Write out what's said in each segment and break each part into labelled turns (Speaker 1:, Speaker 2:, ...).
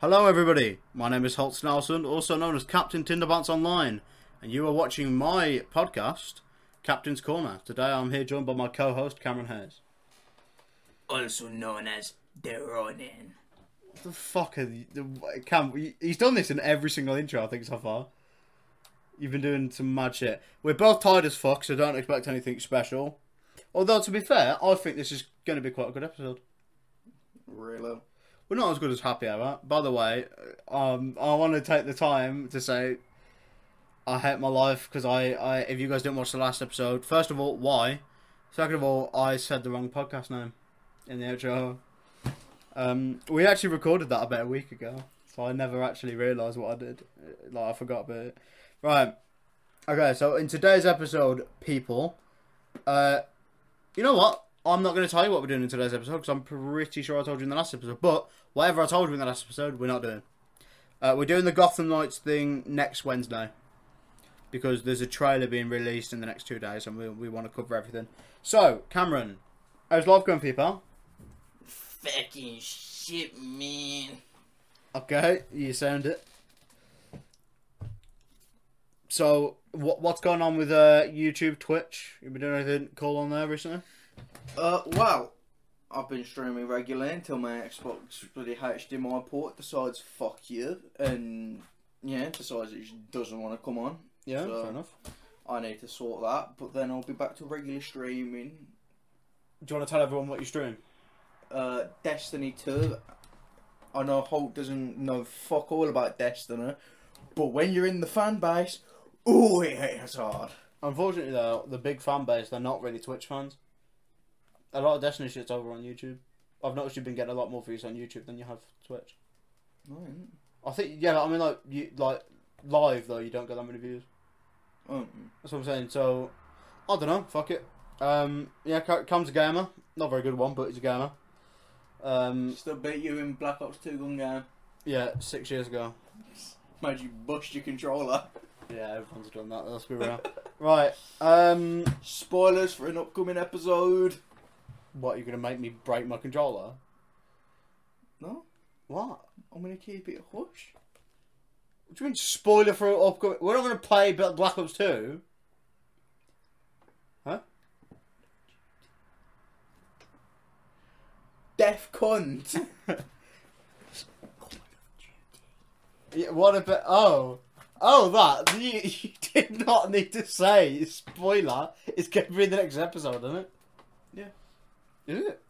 Speaker 1: Hello, everybody. My name is Holt Snarlson, also known as Captain Tinderbounce Online, and you are watching my podcast, Captain's Corner. Today, I'm here joined by my co-host Cameron Hayes.
Speaker 2: also known as the Ronin.
Speaker 1: What the fuck are you, the, Cam? He's done this in every single intro I think so far. You've been doing some mad shit. We're both tired as fuck, so don't expect anything special. Although, to be fair, I think this is going to be quite a good episode.
Speaker 2: Really?
Speaker 1: We're not as good as Happy Hour. By the way, um, I want to take the time to say I hate my life because I, I, if you guys didn't watch the last episode, first of all, why? Second of all, I said the wrong podcast name in the outro. Um, we actually recorded that about a week ago, so I never actually realised what I did. Uh, Like, I forgot about it. Right. Okay, so in today's episode, people, uh, you know what? I'm not going to tell you what we're doing in today's episode because I'm pretty sure I told you in the last episode. But whatever I told you in the last episode, we're not doing. Uh, we're doing the Gotham Knights thing next Wednesday because there's a trailer being released in the next two days and we, we want to cover everything. So, Cameron, how's life going for you, pal?
Speaker 2: Fucking shit, man.
Speaker 1: Okay, you sound it. So, what what's going on with uh, YouTube, Twitch? You been doing anything cool on there recently?
Speaker 2: Uh, well, I've been streaming regularly until my Xbox bloody HDMI port decides fuck you and yeah, decides it just doesn't want to come on.
Speaker 1: Yeah,
Speaker 2: So-
Speaker 1: fair enough.
Speaker 2: I need to sort that, but then I'll be back to regular streaming.
Speaker 1: Do you want to tell everyone what you stream?
Speaker 2: Uh, Destiny 2. I know Holt doesn't know fuck all about Destiny, but when you're in the fan base, ooh, it hits hard.
Speaker 1: Unfortunately, though, the big fan base, they're not really Twitch fans. A lot of Destiny shit's over on YouTube. I've noticed you've been getting a lot more views on YouTube than you have Twitch.
Speaker 2: Right.
Speaker 1: I think, yeah, I mean, like, you, like live, though, you don't get that many views.
Speaker 2: Um,
Speaker 1: That's what I'm saying. So, I don't know. Fuck it. Um, yeah, Ca- Cam's a gamer. Not a very good one, but he's a gamer. Um,
Speaker 2: Still beat you in Black Ops 2 gun game.
Speaker 1: yeah, six years ago.
Speaker 2: Made you bust your controller.
Speaker 1: Yeah, everyone's done that. Let's be real. right. Um,
Speaker 2: Spoilers for an upcoming episode.
Speaker 1: what, you're going to make me break my controller?
Speaker 2: No,
Speaker 1: What?
Speaker 2: I'm gonna keep it hush.
Speaker 1: What do you mean spoiler for upcoming? We're not going to play Bla- Black Ops Two.
Speaker 2: Deaf cunt.
Speaker 1: Yeah, what about? Oh, oh, that you, you did not need to say spoiler. It's going to be in the next episode, isn't it?
Speaker 2: Yeah.
Speaker 1: Is it?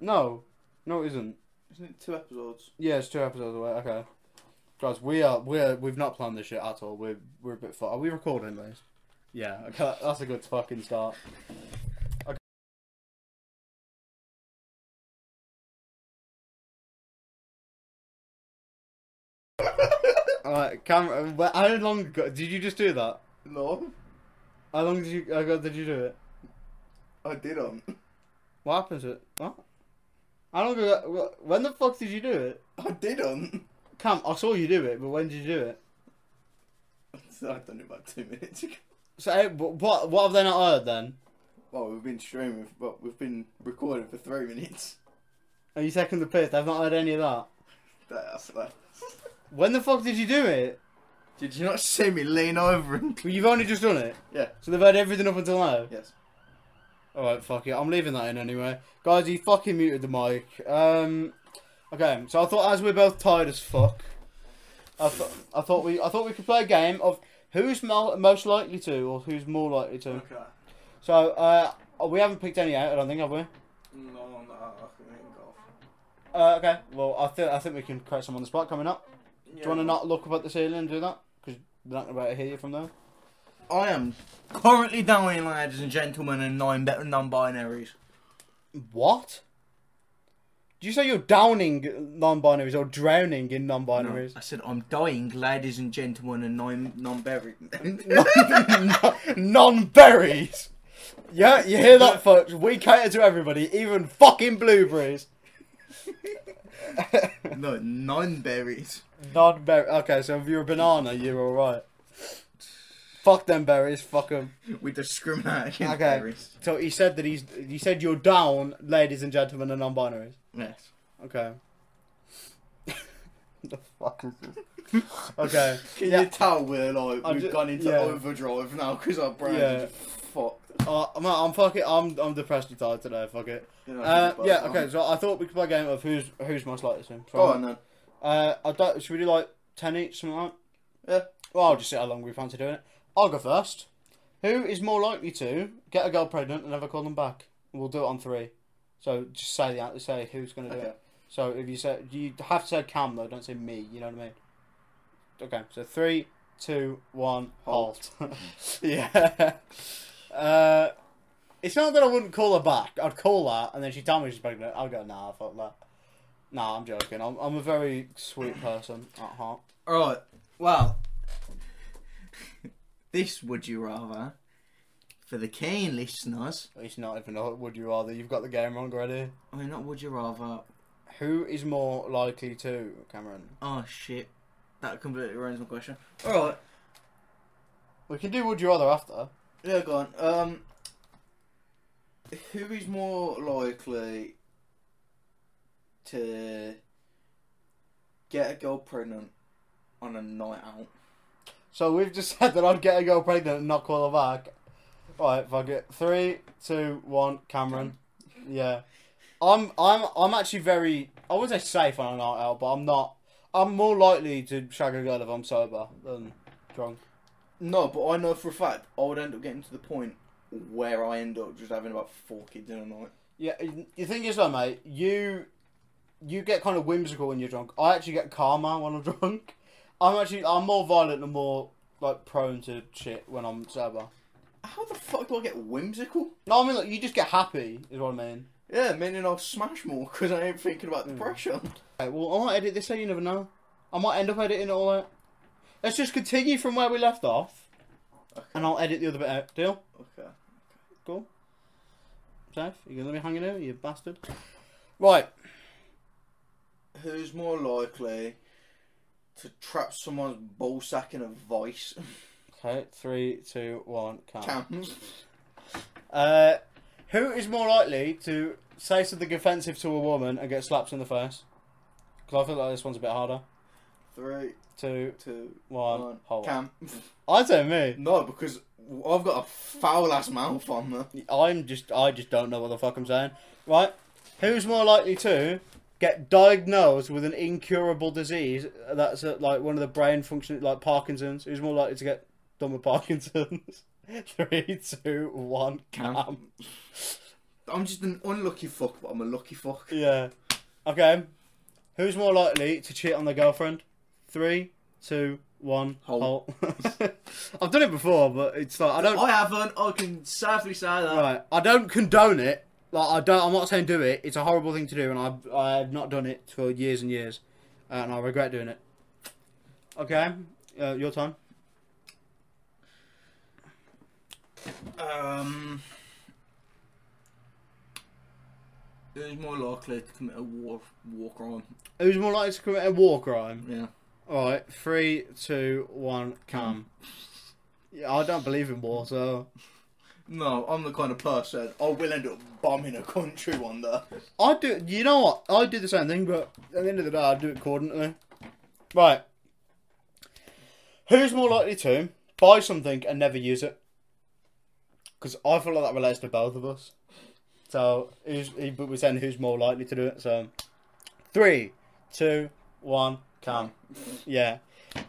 Speaker 1: No, no, it isn't.
Speaker 2: Isn't it two episodes?
Speaker 1: Yeah, it's two episodes away. Okay, guys, we are we're we've not planned this shit at all. We're we're a bit far. Are we recording this? Yeah. Okay, that's a good fucking start. Alright, camera. wh- How long ago did you just do that?
Speaker 2: no,
Speaker 1: How long did you ago did you do it?
Speaker 2: I didn't.
Speaker 1: What happened to it? What? How long ago? wh- When the fuck did you do it?
Speaker 2: I didn't.
Speaker 1: Cam, I saw you do it, but when did you do it?
Speaker 2: I've done it about two minutes ago.
Speaker 1: So eh, wh- what? What have they not heard then?
Speaker 2: Well, we've been streaming, but we've been recording for three minutes.
Speaker 1: Are you taking the piss? They've not heard any of that.
Speaker 2: That's that.
Speaker 1: When the fuck did you do it?
Speaker 2: Did you not see me lean over and?
Speaker 1: Well, you've only just done it.
Speaker 2: Yeah.
Speaker 1: So they've heard everything up until now.
Speaker 2: Yes.
Speaker 1: All right, fuck it. I'm leaving that in anyway, guys. He fucking muted the mic. Um, okay. So I thought, as we're both tired as fuck, I, th- I thought we, I thought we could play a game of who's mo- most likely to, or who's more likely to.
Speaker 2: Okay.
Speaker 1: So uh, we haven't picked any out. I don't think have we.
Speaker 2: No, no, I can think of.
Speaker 1: Uh, okay. Well, I think I think we can create some on the spot coming up. Do you want to not look up at the ceiling and do that? Because they're not about to hear you from there.
Speaker 2: I am currently down, ladies and gentlemen, and nine better non-binaries.
Speaker 1: What? Do you say you're downing non-binaries or drowning in non-binaries?
Speaker 2: I said I'm dying, ladies and gentlemen, and non non-buried.
Speaker 1: Non-berries. Yeah, you hear that, folks? We cater to everybody, even fucking blueberries.
Speaker 2: no, non-berries.
Speaker 1: Non-berry. Okay, so if you're a banana, you're all right. Fuck them berries. Fuck them.
Speaker 2: We discriminate against
Speaker 1: Okay.
Speaker 2: berries.
Speaker 1: So he said that he's. He said you're down, ladies and gentlemen, and non-binaries.
Speaker 2: Yes.
Speaker 1: Okay. the fuck is this? okay.
Speaker 2: Can
Speaker 1: Yeah.
Speaker 2: you tell we're like
Speaker 1: I'm
Speaker 2: we've
Speaker 1: ju-
Speaker 2: gone into
Speaker 1: yeah.
Speaker 2: overdrive now because our brains
Speaker 1: Yeah.
Speaker 2: are just fucked.
Speaker 1: Uh, I'm, I'm fucking. I'm I'm depressed and tired today. Fuck it.
Speaker 2: You know,
Speaker 1: Uh,
Speaker 2: but,
Speaker 1: yeah.
Speaker 2: um,
Speaker 1: Okay. So I thought we could play a game of who's who's most likely to.
Speaker 2: Go on then.
Speaker 1: Uh, I don't. Should we do like ten each, something like? that?
Speaker 2: Yeah.
Speaker 1: Well, I'll just see how long we fancy doing it. I'll go first. Who is more likely to get a girl pregnant and never call them back? We'll do it on three. So just say the say who's gonna do
Speaker 2: Okay.
Speaker 1: it. So if you say you have to say Cam though, don't say me. You know what I mean? Okay. So three, two, one, halt.
Speaker 2: Halt.
Speaker 1: yeah. Uh, it's not that I wouldn't call her back. I'd call her, and then she told me she's pregnant. I'd go, nah, fuck that. Nah, I'm joking. I'm, I'm a very sweet person at heart.
Speaker 2: Alright, well, this would you rather for the keen listeners.
Speaker 1: It's not even a would you rather. You've got the game wrong already.
Speaker 2: I mean, not would you rather.
Speaker 1: Who is more likely to, Cameron?
Speaker 2: Oh shit, that completely ruins my question. Alright,
Speaker 1: We can do would you rather after.
Speaker 2: yeah, go on. Um, who is more likely to get a girl pregnant on a night out?
Speaker 1: So we've just said that I'd get a girl pregnant and not call her back. Right, fuck it. Three, two, one, Cameron. Yeah. I'm I'm I'm actually very I wouldn't say safe on a night out, but I'm not I'm more likely to shag a girl if I'm sober than drunk.
Speaker 2: No, but I know for a fact I would end up getting to the point where I end up just having about four kids in a night.
Speaker 1: Yeah, the thing is though, mate, you you get kind of whimsical when you're drunk. I actually get calmer when I'm drunk. I'm actually I'm more violent and more like prone to shit when I'm sober.
Speaker 2: How the fuck do I get whimsical?
Speaker 1: No, I mean like you just get happy is what I mean.
Speaker 2: Yeah, meaning I'll smash more because I ain't thinking about the pressure.
Speaker 1: Okay, well, I might edit this out, you never know. I might end up editing it all out. Let's just continue from where we left off.
Speaker 2: Okay.
Speaker 1: And I'll edit the other bit out. Deal?
Speaker 2: Okay.
Speaker 1: Cool. Safe? You gonna let me hanging out, you bastard? Right.
Speaker 2: Who's more likely to trap someone's ballsack in a vice?
Speaker 1: Okay, three, two, one, count.
Speaker 2: Cams.
Speaker 1: Uh, who is more likely to say something offensive to a woman and get slapped in the face? Because I feel like this one's a bit harder.
Speaker 2: Three,
Speaker 1: Two,
Speaker 2: two,
Speaker 1: one,
Speaker 2: one.
Speaker 1: hold.
Speaker 2: Cam.
Speaker 1: I'd say me.
Speaker 2: No, because I've got a foul ass mouth on me.
Speaker 1: I'm just I just don't know what the fuck I'm saying. Right? Who's more likely to get diagnosed with an incurable disease that's uh like one of the brain functions like Parkinson's? Who's more likely to get done with Parkinson's? Three, two, one,
Speaker 2: Cam.
Speaker 1: Cam.
Speaker 2: I'm just an unlucky fuck, but I'm a lucky fuck.
Speaker 1: Yeah. Okay. Who's more likely to cheat on their girlfriend? Three, two, one,
Speaker 2: Hole.
Speaker 1: hole. I've done it before, but it's like I don't
Speaker 2: I haven't. I can safely say that.
Speaker 1: Right, I don't condone it. Like I don't. I'm not saying do it. It's a horrible thing to do, and I've I've not done it for years and years, uh, and I regret doing it. Okay, uh, your time.
Speaker 2: Um, who's more likely to commit a war war crime?
Speaker 1: Who's more likely to commit a war crime?
Speaker 2: Yeah.
Speaker 1: All right, three, two, one, come. Yeah, I don't believe in war, so
Speaker 2: No, I'm the kind of person I will end up bombing a country one day.
Speaker 1: I do. You know what? I do the same thing, but at the end of the day, I do it accordingly. Right. Who's more likely to buy something and never use it? Because I feel like that relates to both of us. So, who's, he- but we're saying who's more likely to do it. So, three, two, one, can. Yeah.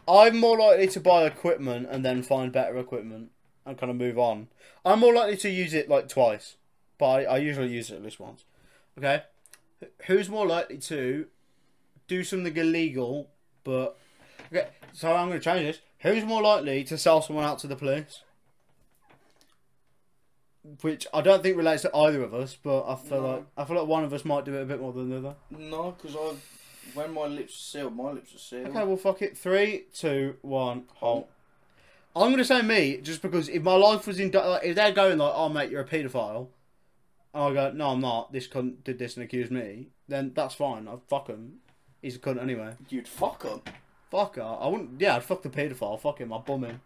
Speaker 1: I'm more likely to buy equipment and then find better equipment and kind of move on. I'm more likely to use it like twice, but I, I usually use it at least once. Okay. Who's more likely to do something illegal, but. Okay, so I'm going to change this. Who's more likely to sell someone out to the police? Which I don't think relates to either of us, but I feel
Speaker 2: No.
Speaker 1: like I feel like one of us might do it a bit more than the other.
Speaker 2: No, because I, when my lips are sealed, my lips are sealed.
Speaker 1: Okay, well, fuck it. Three, two, one, halt. I'm gonna say me, just because if my life was in, like, if they're going like, "Oh mate, you're a paedophile," and I go, "No, I'm not. This cunt did this and accused me," then that's fine. I fuck him. He's a cunt anyway.
Speaker 2: You'd fuck him.
Speaker 1: Fuck her. I wouldn't. Yeah, I'd fuck the paedophile. Fuck him. I'd bum him.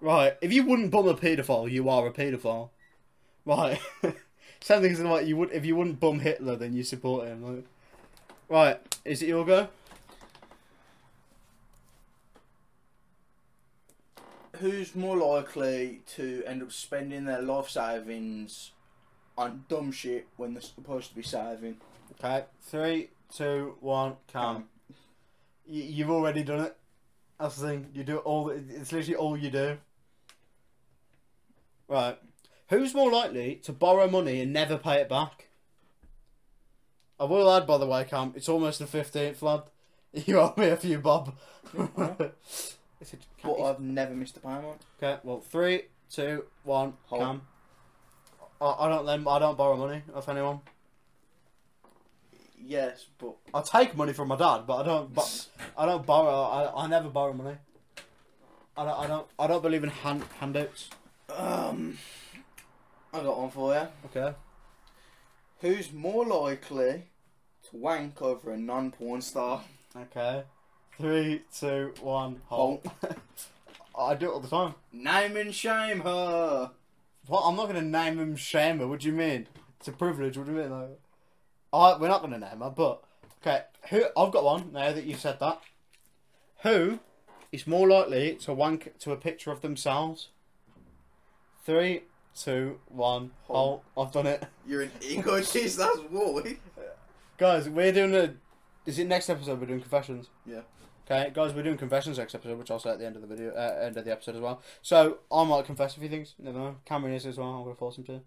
Speaker 1: Right. If you wouldn't bum a paedophile, you are a paedophile. Right. Same thing as like you would. If you wouldn't bum Hitler, then you support him. Like. Right. Is it your go?
Speaker 2: who's more likely to end up spending their life savings on dumb shit when they're supposed to be saving?
Speaker 1: Okay, three, two, one, come.
Speaker 2: Come.
Speaker 1: You, you've already done it. That's the thing. You do it all. It's literally all you do. Right. Who's more likely to borrow money and never pay it back? I will add, by the way, Cam, it's almost the 15th, lad. You owe me a few bob. It's a- Cam,
Speaker 2: But
Speaker 1: it's-
Speaker 2: I've never missed a payment.
Speaker 1: okay, well, three, two, one,
Speaker 2: Hold.
Speaker 1: Cam. I, I don't lend, I don't borrow money off anyone.
Speaker 2: Yes, but
Speaker 1: I take money from my dad, but I don't. But I don't borrow. I, I never borrow money. I don't. I don't. I don't believe in hand handouts.
Speaker 2: um, I got one for you.
Speaker 1: Okay.
Speaker 2: Who's more likely to wank over a non-porn star?
Speaker 1: Okay. Three, two, one, halt. I do it all the time.
Speaker 2: Name and shame her.
Speaker 1: What? I'm not gonna name him Shamer. What do you mean? It's a privilege. What do you mean? Like, I we're not gonna name her, but okay. Who? I've got one now that you've said that. Who is more likely to wank to a picture of themselves? Three, two, one, halt.
Speaker 2: Halt.
Speaker 1: I've done it.
Speaker 2: You're an egotist. That's eh? what.
Speaker 1: Guys, we're doing a. Is it next episode? We're doing confessions.
Speaker 2: Yeah.
Speaker 1: Okay, guys, we're doing confessions next episode, which I'll say at the end of the video, uh, end of the episode as well. So I might confess a few things. Never know. Cameron is as well. I'm gonna force him to.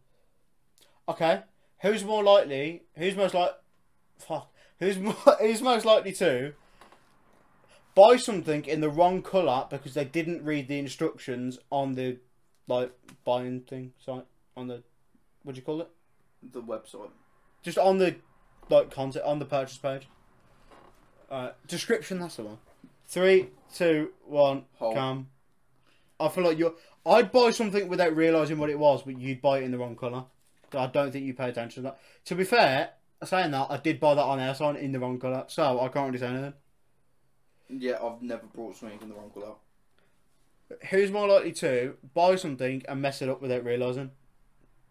Speaker 1: Okay, who's more likely? Who's most like? Fuck. Who's mo- who's most likely to buy something in the wrong color because they didn't read the instructions on the like buying thing site on the what do you call it?
Speaker 2: The website.
Speaker 1: Just on the like content on the purchase page. Uh, description. That's the one. Three, two, one.
Speaker 2: Hold.
Speaker 1: Cam. I feel like you're. I'd buy something without realizing what it was, but you'd buy it in the wrong color. I don't think you pay attention to that. To be fair, saying that, I did buy that on Amazon in the wrong color, so I can't really say anything.
Speaker 2: Yeah, I've never brought something in the wrong colour.
Speaker 1: Who's more likely to buy something and mess it up without realizing?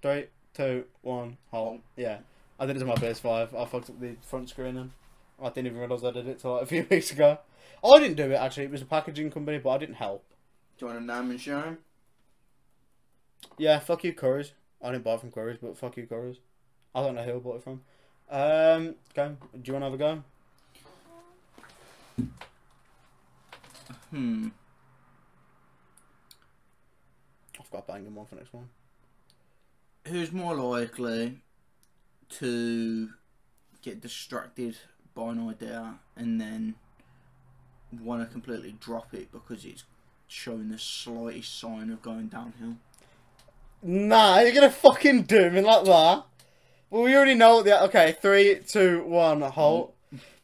Speaker 1: Three, two, one, hold.
Speaker 2: Hold.
Speaker 1: Yeah, I did it to my PS5. I fucked up the front screen and I didn't even realize I did it till like a few weeks ago. I didn't do it actually. It was a packaging company, but I didn't help.
Speaker 2: Do you want a name and shame?
Speaker 1: Yeah, fuck you, Curry's. I didn't buy it from Curry's, but fuck you, Curry's. I don't know who I bought it from. Um, okay. Do you want to have a go?
Speaker 2: Hmm.
Speaker 1: I've got a banging one for next one.
Speaker 2: Who's more likely to get distracted by an idea and then want to completely drop it because it's showing the slightest sign of going downhill?
Speaker 1: Nah, you're gonna fucking do me like that. Well, we already know the okay. Three, two, one, halt.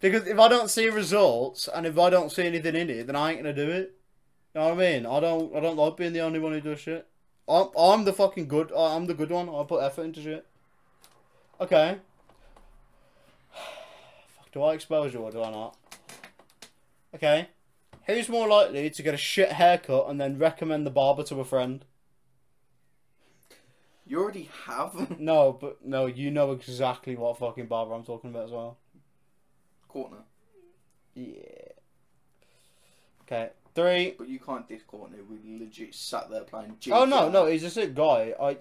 Speaker 1: Because if I don't see results and if I don't see anything in it, then I ain't gonna do it. You know what I mean? I don't. I don't like being the only one who does shit. I'm. I'm the fucking good. I'm the good one. I put effort into shit. Okay. Fuck. Do I expose you or do I not? Okay. Who's more likely to get a shit haircut and then recommend the barber to a friend?
Speaker 2: You already have
Speaker 1: No, but no, you know exactly what fucking barber I'm talking about as well.
Speaker 2: Courtney,
Speaker 1: Yeah. Okay, three.
Speaker 2: but you can't diss Courtney. We legit sat there playing.
Speaker 1: Oh no, no, he's just a guy. I,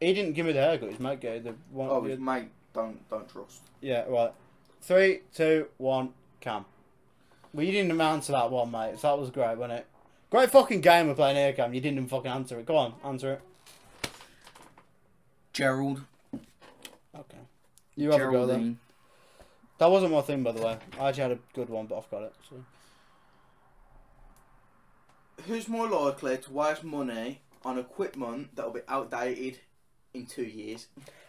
Speaker 1: he didn't give me the haircut. His mate gave the one.
Speaker 2: Oh,
Speaker 1: the-
Speaker 2: his mate, don't don't trust.
Speaker 1: yeah, right. Three, two, one, cam. Well, you didn't answer that one, mate. So that was great, wasn't it? Great fucking game we're playing here, Cam. You didn't even fucking answer it. Go on, answer it.
Speaker 2: Gerald,
Speaker 1: Okay. You have a go then.
Speaker 2: Geraldine.
Speaker 1: That wasn't my thing, by the way. I actually had a good one, but I've got it. So.
Speaker 2: Who's more likely to waste money on equipment that'll be outdated in two years?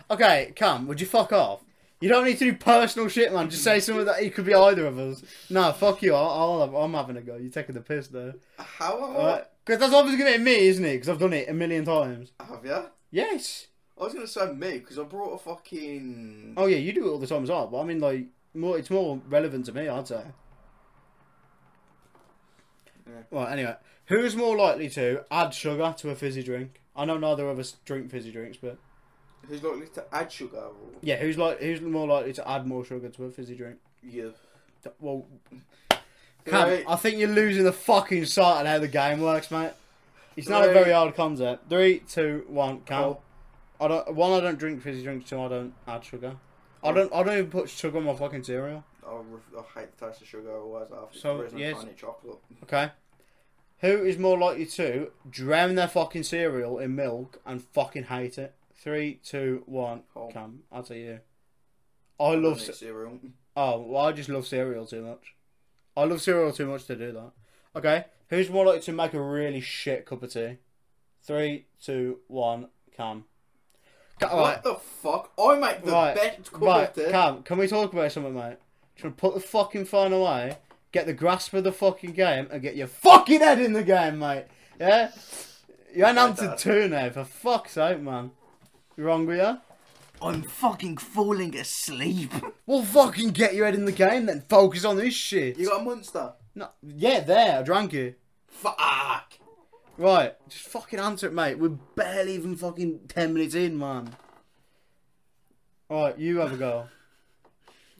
Speaker 1: Okay, come. Would you fuck off? You don't need to do personal shit, man. Just say something that it could be either of us. No, fuck you. I'll, I'll, I'm having a go. You're taking the piss though.
Speaker 2: How am I-
Speaker 1: Because that's obviously going to be me, isn't it? Because I've done it a million times.
Speaker 2: have you?
Speaker 1: Yes.
Speaker 2: I was gonna say me because I brought a fucking.
Speaker 1: Oh yeah, you do it all the time as well. But I mean, like, more it's more relevant to me, I'd say.
Speaker 2: Yeah.
Speaker 1: Well, anyway, who's more likely to add sugar to a fizzy drink? I know neither of us drink fizzy drinks, but
Speaker 2: Who's likely to add sugar? Or...
Speaker 1: yeah, who's like who's more likely to add more sugar to a fizzy drink?
Speaker 2: Yeah.
Speaker 1: Well,
Speaker 2: Right.
Speaker 1: Cam, I think you're losing the fucking sight on how the game works, mate. It's not a
Speaker 2: Three.
Speaker 1: very hard concept. Three, two, one, count.
Speaker 2: Cool.
Speaker 1: I don't. One, I don't drink fizzy drinks. Two, I don't add sugar. I don't. I don't even put sugar on my fucking cereal.
Speaker 2: I, ref- I hate the taste of sugar otherwise after
Speaker 1: So,
Speaker 2: the reason I
Speaker 1: yes.
Speaker 2: can't eat chocolate.
Speaker 1: Okay. Who is more likely to drown their fucking cereal in milk and fucking hate it? Three, two, one,
Speaker 2: Home.
Speaker 1: Cam. I'll tell you. I
Speaker 2: I
Speaker 1: love.
Speaker 2: don't eat
Speaker 1: Ce-
Speaker 2: cereal.
Speaker 1: oh, well, I just love cereal too much. I love cereal too much to do that. Okay. Who's more likely to make a really shit cup of tea? Three, two, one, Cam. Ca- Alright.
Speaker 2: What the fuck? I make the
Speaker 1: Right,
Speaker 2: best cup
Speaker 1: right,
Speaker 2: of tea.
Speaker 1: Cam, can we talk about something, mate? Trying to put the fucking phone away, get the grasp of the fucking game, and get your fucking head in the game, mate. Yeah? You ain't
Speaker 2: Okay,
Speaker 1: answered
Speaker 2: Dad.
Speaker 1: two now, for fuck's sake, man. You wrong with you?
Speaker 2: I'm fucking falling asleep.
Speaker 1: Well, fucking get your head in the game then. Focus on this shit.
Speaker 2: You got a monster?
Speaker 1: No, yeah, there, I drank it.
Speaker 2: Fuck.
Speaker 1: Right, just fucking answer it, mate. We're barely even fucking 10 minutes in, man. Alright, you have a go.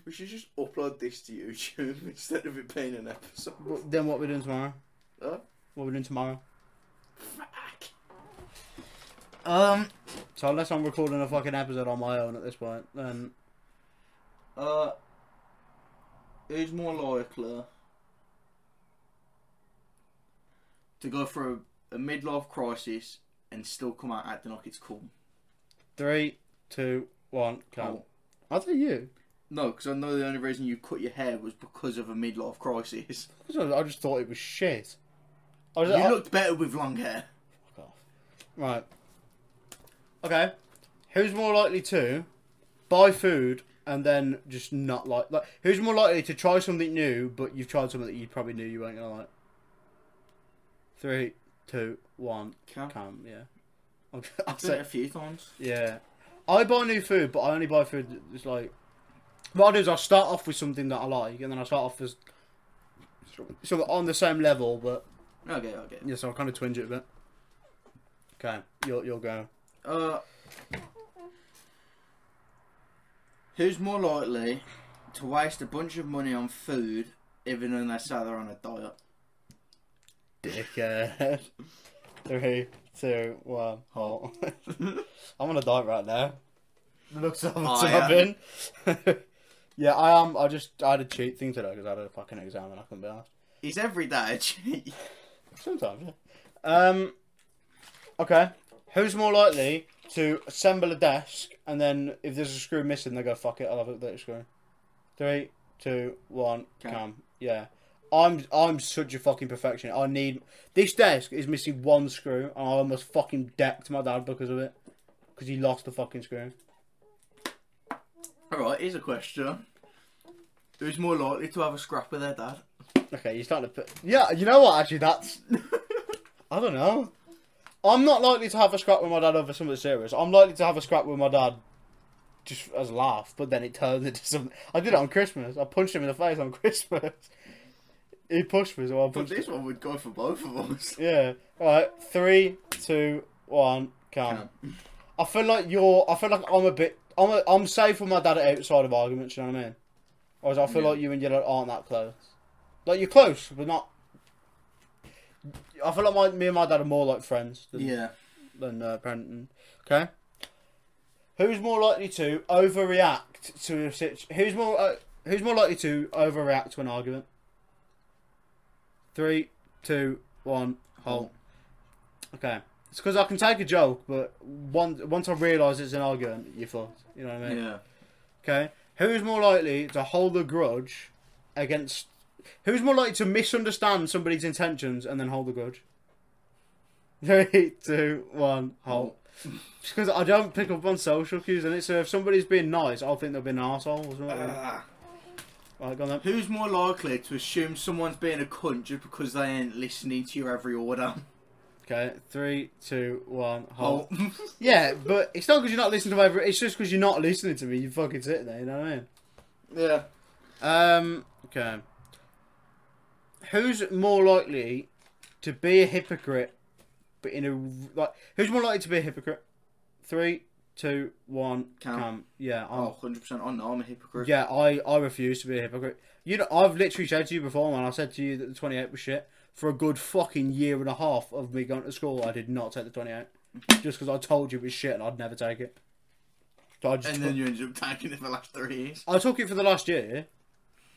Speaker 2: We should just upload this to YouTube instead of it being an episode.
Speaker 1: But then what we doing tomorrow?
Speaker 2: Huh?
Speaker 1: What we doing tomorrow?
Speaker 2: Fuck. Um.
Speaker 1: So unless I'm recording a fucking episode on my own at this point, then
Speaker 2: Uh. Who's more likely to go through a midlife crisis and still come out acting like it's cool?
Speaker 1: three, two, one, count.
Speaker 2: Cool.
Speaker 1: I think Oh. you.
Speaker 2: No, because I know the only reason you cut your hair was because of a midlife crisis.
Speaker 1: I just thought it was shit. I was,
Speaker 2: You
Speaker 1: I-
Speaker 2: looked better with long hair.
Speaker 1: Fuck off. Right. Okay. Who's more likely to buy food and then just not like like who's more likely to try something new but you've tried something that you probably knew you weren't gonna like? Three, two, one,
Speaker 2: Cam.
Speaker 1: count, yeah. I'll, I'll
Speaker 2: I've
Speaker 1: say
Speaker 2: said it a few times.
Speaker 1: Yeah. I buy new food, but I only buy food that's like. What I do is I start off with something that I like, and then I start off as. So on the same level, but
Speaker 2: Okay, okay.
Speaker 1: yeah, so I kind of twinge it a bit. Okay, you'll you'll go.
Speaker 2: Uh, who's more likely to waste a bunch of money on food, even though they say they're on a diet?
Speaker 1: Dickhead. Three, two, one, halt. I'm on a diet right now. Looks like
Speaker 2: I
Speaker 1: I've been. yeah, I am. I just I had a cheat thing today because I had a fucking exam and I couldn't be asked.
Speaker 2: Is every day a cheat?
Speaker 1: Sometimes, yeah. Um, okay. Who's more likely to assemble a desk and then if there's a screw missing, they go, fuck it, I'll have it that screw. Three, two, one,
Speaker 2: Cam.
Speaker 1: cam. Yeah. I'm I'm such a fucking perfectionist. I need this desk is missing one screw, and I almost fucking decked my dad because of it, because he lost the fucking screw.
Speaker 2: All right, here's a question: Who's more likely to have a scrap with their dad?
Speaker 1: Okay, you're starting to put. Yeah, you know what? Actually, that's. I don't know. I'm not likely to have a scrap with my dad over something serious. I'm likely to have a scrap with my dad just as a laugh, but then it turns into something. I did it on Christmas. I punched him in the face on Christmas. He pushed me, so I
Speaker 2: But
Speaker 1: punched
Speaker 2: this one would go for both of us.
Speaker 1: Yeah. Alright, three, two, one, come.
Speaker 2: Cam.
Speaker 1: I feel like you're. I feel like I'm a bit. I'm, a, I'm safe with my dad outside of arguments, you know what I mean? Whereas I feel
Speaker 2: Yeah.
Speaker 1: like you and your dad aren't that close. Like, you're close, but not. I feel like my, me and my dad are more like friends than,
Speaker 2: Yeah.
Speaker 1: than uh, parenting. Okay? Who's more likely to overreact to a situation? Who's more, uh, who's more likely to overreact to an argument? Three, two, one, halt. Okay. It's because I can take a joke, but once once I realise it's an argument, you're fucked. You know what I mean?
Speaker 2: Yeah.
Speaker 1: Okay. Who's more likely to hold a grudge against? Who's more likely to misunderstand somebody's intentions and then hold a grudge? Three, two, one, hold.
Speaker 2: Oh.
Speaker 1: Just because I don't pick up on social cues, and it so if somebody's being nice, I'll think they've been an arsehole or something.
Speaker 2: Ah.
Speaker 1: right, go on then.
Speaker 2: Who's more likely to assume someone's being a cunt just because they ain't listening to your every order?
Speaker 1: Okay, three, two, one, hold.
Speaker 2: Oh,
Speaker 1: Yeah, but it's not because you're not listening to my. It's just because you're not listening to me. You fucking sit there. You know what I mean?
Speaker 2: yeah.
Speaker 1: Um. Okay. Who's more likely to be a hypocrite, but in a like? Who's more likely to be a hypocrite? Three, two, one.
Speaker 2: Cam.
Speaker 1: Cam. Yeah. I'm,
Speaker 2: Oh, 100%. I know I'm a hypocrite.
Speaker 1: Yeah. I I refuse to be a hypocrite. You know, I've literally said to you before, man. I said to you that the twenty eight was shit. for a good fucking year and a half of me going to school, I did not take the 28. Just because I told you it was shit and I'd never take it. So I, just
Speaker 2: And
Speaker 1: took,
Speaker 2: then you ended up taking it for the last three years.
Speaker 1: I took it for the last year.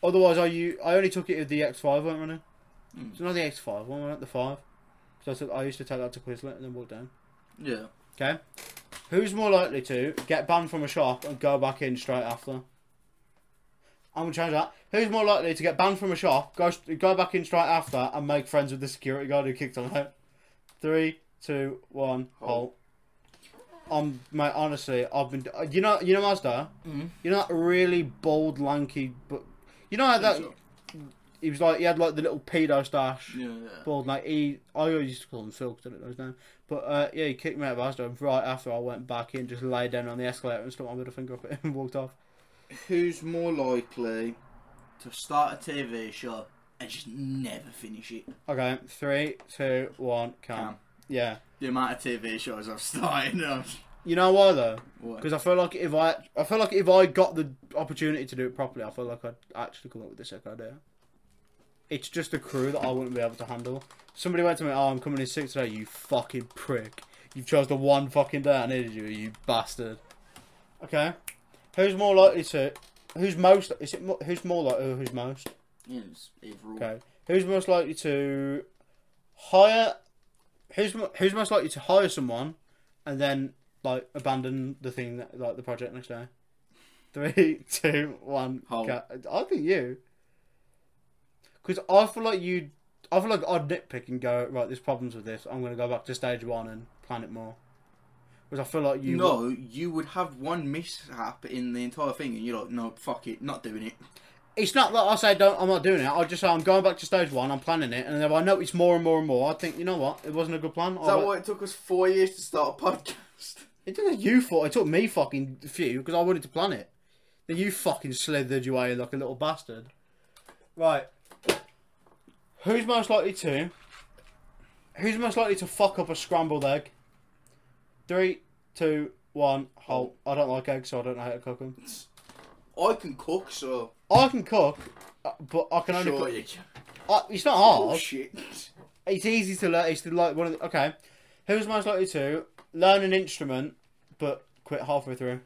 Speaker 1: Otherwise, I u- I only took it if the X5 went running.
Speaker 2: Mm.
Speaker 1: So not the X5 one, went the 5. So I, took, I used to take that to Quizlet and then walk down.
Speaker 2: Yeah.
Speaker 1: Okay. Who's more likely to get banned from a shop and go back in straight after? I'm gonna change that. Who's more likely to get banned from a shop, go go back in straight after, and make friends with the security guard who kicked them out? Three, two, one, halt.
Speaker 2: Halt.
Speaker 1: I'm mate. Honestly, I've been. You know, you know Mazda.
Speaker 2: Mm.
Speaker 1: You know that really bold, lanky, but you know how that
Speaker 2: So,
Speaker 1: he was like he had like the little pedo stash
Speaker 2: yeah, yeah.
Speaker 1: bald like he I always used to call him Phil because I didn't know his name. But uh, yeah, he kicked me out of Asda right after I went back in, just lay down on the escalator and stuck my middle finger up at him and walked off.
Speaker 2: Who's more likely to start a TV show and just never finish it?
Speaker 1: Okay, three, two, one, cam.
Speaker 2: Cam.
Speaker 1: Yeah.
Speaker 2: The amount of TV shows I've started. I'm just-
Speaker 1: You know why though?
Speaker 2: What?
Speaker 1: Because I feel like if I I feel like if I got the opportunity to do it properly, I feel like I'd actually come up with a sick idea. It's just a crew that I wouldn't be able to handle. Somebody went to me, "Oh, I'm coming in six today. You fucking prick! You've chose the one fucking day I needed you. You bastard." Okay, who's more likely to? Who's most? Is it? mo- Who's more likely? Who's most?
Speaker 2: Yeah, it's overall.
Speaker 1: Okay, who's most likely to hire? Who's mo- who's most likely to hire someone and then like abandon the thing that like the project next day? Three, two, one.
Speaker 2: Hole.
Speaker 1: Ca- I think you, because I feel like you. I feel like I'd nitpick and go right. There's problems with this. I'm gonna go back to stage one and plan it more. Because I feel like you.
Speaker 2: no, you would have one mishap in the entire thing, and you're like, no, fuck it, not doing it.
Speaker 1: It's not that I say don't. I'm not doing it. I just say I'm going back to stage one. I'm planning it, and if I notice more and more and more, I think you know what? It wasn't a good plan.
Speaker 2: Is that why it took us four years to start a podcast?
Speaker 1: It took you for it took me fucking few because I wanted to plan it. Then you fucking slithered your way like a little bastard. Right. Who's most likely to? Who's most likely to fuck up a scrambled egg? Three, two, one, halt. I don't like eggs, so I don't know how to cook them.
Speaker 2: I can cook, so
Speaker 1: I can cook, uh, but I can only.
Speaker 2: sure
Speaker 1: cook.
Speaker 2: you can.
Speaker 1: I, it's not hard.
Speaker 2: Oh shit!
Speaker 1: It's easy to learn. It's the, like one of the, okay. Who's most likely to learn an instrument but quit halfway through?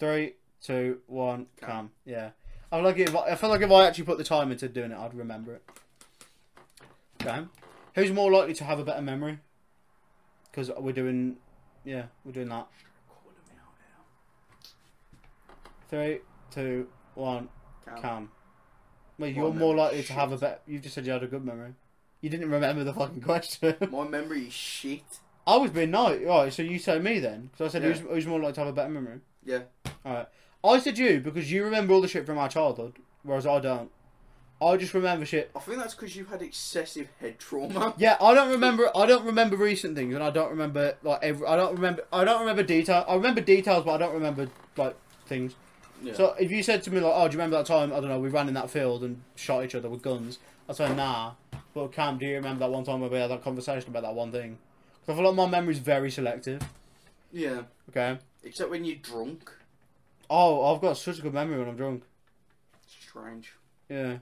Speaker 1: Three, two, one,
Speaker 2: Cam.
Speaker 1: come. Yeah, I feel like if I, I feel like if I actually put the time into doing it, I'd remember it. Okay. Who's more likely to have a better memory? Because we're doing, yeah, we're doing that. Three, two, one, come. Wait,
Speaker 2: My
Speaker 1: you're more
Speaker 2: memory's
Speaker 1: likely to
Speaker 2: shit.
Speaker 1: have a better. You just said you had a good memory. You didn't remember the fucking question.
Speaker 2: My memory is shit.
Speaker 1: I was being nice. Right, so you say me then. So I said,
Speaker 2: Yeah.
Speaker 1: who's, who's more likely to have a better memory?
Speaker 2: Yeah.
Speaker 1: Alright. I said you because you remember all the shit from our childhood, whereas I don't. I just remember shit.
Speaker 2: I think that's because you've had excessive head trauma.
Speaker 1: Yeah, I don't remember. I don't remember recent things, and I don't remember like every. I don't remember. I don't remember detail. I remember details, but I don't remember like things.
Speaker 2: Yeah.
Speaker 1: So if you said to me like, "Oh, do you remember that time? I don't know, we ran in that field and shot each other with guns," I'd say, "Nah." But Cam, do you remember that one time where we had that conversation about that one thing? 'Cause I feel like my memory's very selective.
Speaker 2: yeah.
Speaker 1: Okay.
Speaker 2: Except when you're drunk.
Speaker 1: Oh, I've got such a good memory when I'm drunk.
Speaker 2: Strange.
Speaker 1: Yeah.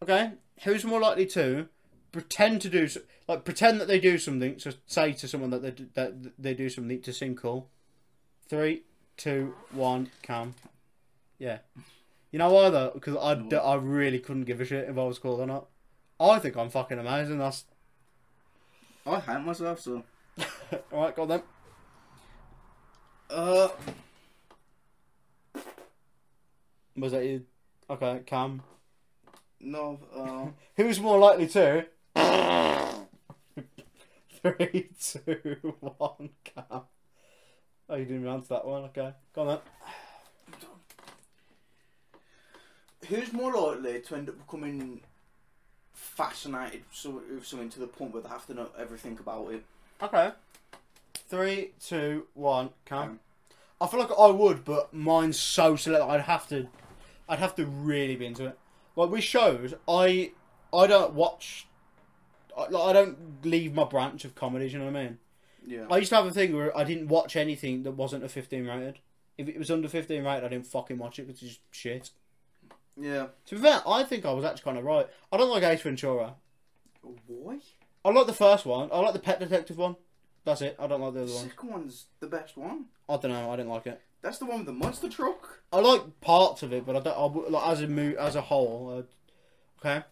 Speaker 1: Okay. Who's more likely to pretend to do s- like pretend that they do something? So say to someone that they d- that they do something to single. Three, two, one, cam. Yeah. You know why though? Because I, d- I really couldn't give a shit if I was called or not. I think I'm fucking amazing. That's
Speaker 2: I hate myself, so.
Speaker 1: all right. Got them.
Speaker 2: Uh.
Speaker 1: Was that you? Okay, cam.
Speaker 2: No. Uh.
Speaker 1: Who's more likely to? Three, two, one, cam. Oh, you didn't even answer that one. Okay, go on then.
Speaker 2: Who's more likely to end up becoming fascinated so- with something to the point where they have to know everything about it?
Speaker 1: Okay. Three, two, one, cam.
Speaker 2: Cam.
Speaker 1: I feel like I would, but mine's so select. I'd have to, I'd have to really be into it. Like with shows, I, I don't watch. I, like, I don't leave my branch of comedies. You know what I mean?
Speaker 2: Yeah.
Speaker 1: I used to have a thing where I didn't watch anything that wasn't a 15 rated. If it was under 15 rated, I didn't fucking watch it because it's just shit.
Speaker 2: yeah.
Speaker 1: To be fair, I think I was actually kind of right. I don't like Ace Ventura.
Speaker 2: Why?
Speaker 1: I like the first one. I like the pet detective one. That's it. I don't like the
Speaker 2: The
Speaker 1: other one.
Speaker 2: second one's the best one.
Speaker 1: I don't know. I didn't like it.
Speaker 2: That's the one with the monster truck.
Speaker 1: I like parts of it, but I don't. I, wou- like as a mo- as a whole. Uh, okay.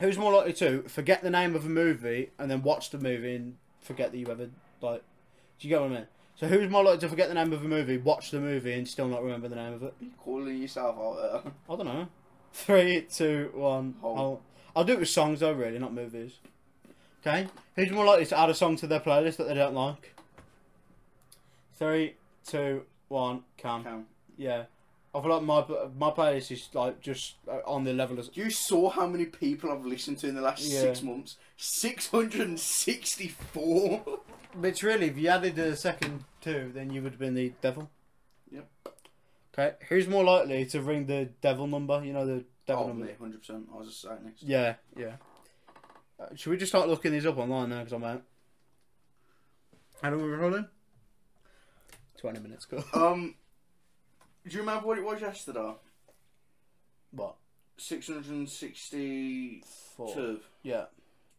Speaker 1: Who's more likely to forget the name of a movie and then watch the movie and forget that you ever like? Do you get what I mean? So who's more likely to forget the name of a movie, watch the movie, and still not remember the name of it?
Speaker 2: Are you calling yourself out uh, there?
Speaker 1: I don't know. Three, two, one.
Speaker 2: Hold.
Speaker 1: I'll, I'll do it with songs though, really, not movies. Okay. Who's more likely to add a song to their playlist that they don't like? Three, two, one. Cam.
Speaker 2: Cam.
Speaker 1: Yeah. I feel like my my playlist is like just uh, on the level as
Speaker 2: You saw how many people I've listened to in the last
Speaker 1: Yeah.
Speaker 2: six months? 664.
Speaker 1: But really, if you added the second two, then you would have been the devil.
Speaker 2: Yep.
Speaker 1: Okay. Who's more likely to ring the devil number? You know the devil number.
Speaker 2: Probably, 100%. I was just saying next.
Speaker 1: Yeah, yeah. Uh, should we just start looking these up online now? Because I'm out. How long are we recording? Twenty minutes. Cool.
Speaker 2: Um, do you remember what it was yesterday?
Speaker 1: What?
Speaker 2: 662.
Speaker 1: Four. Yeah.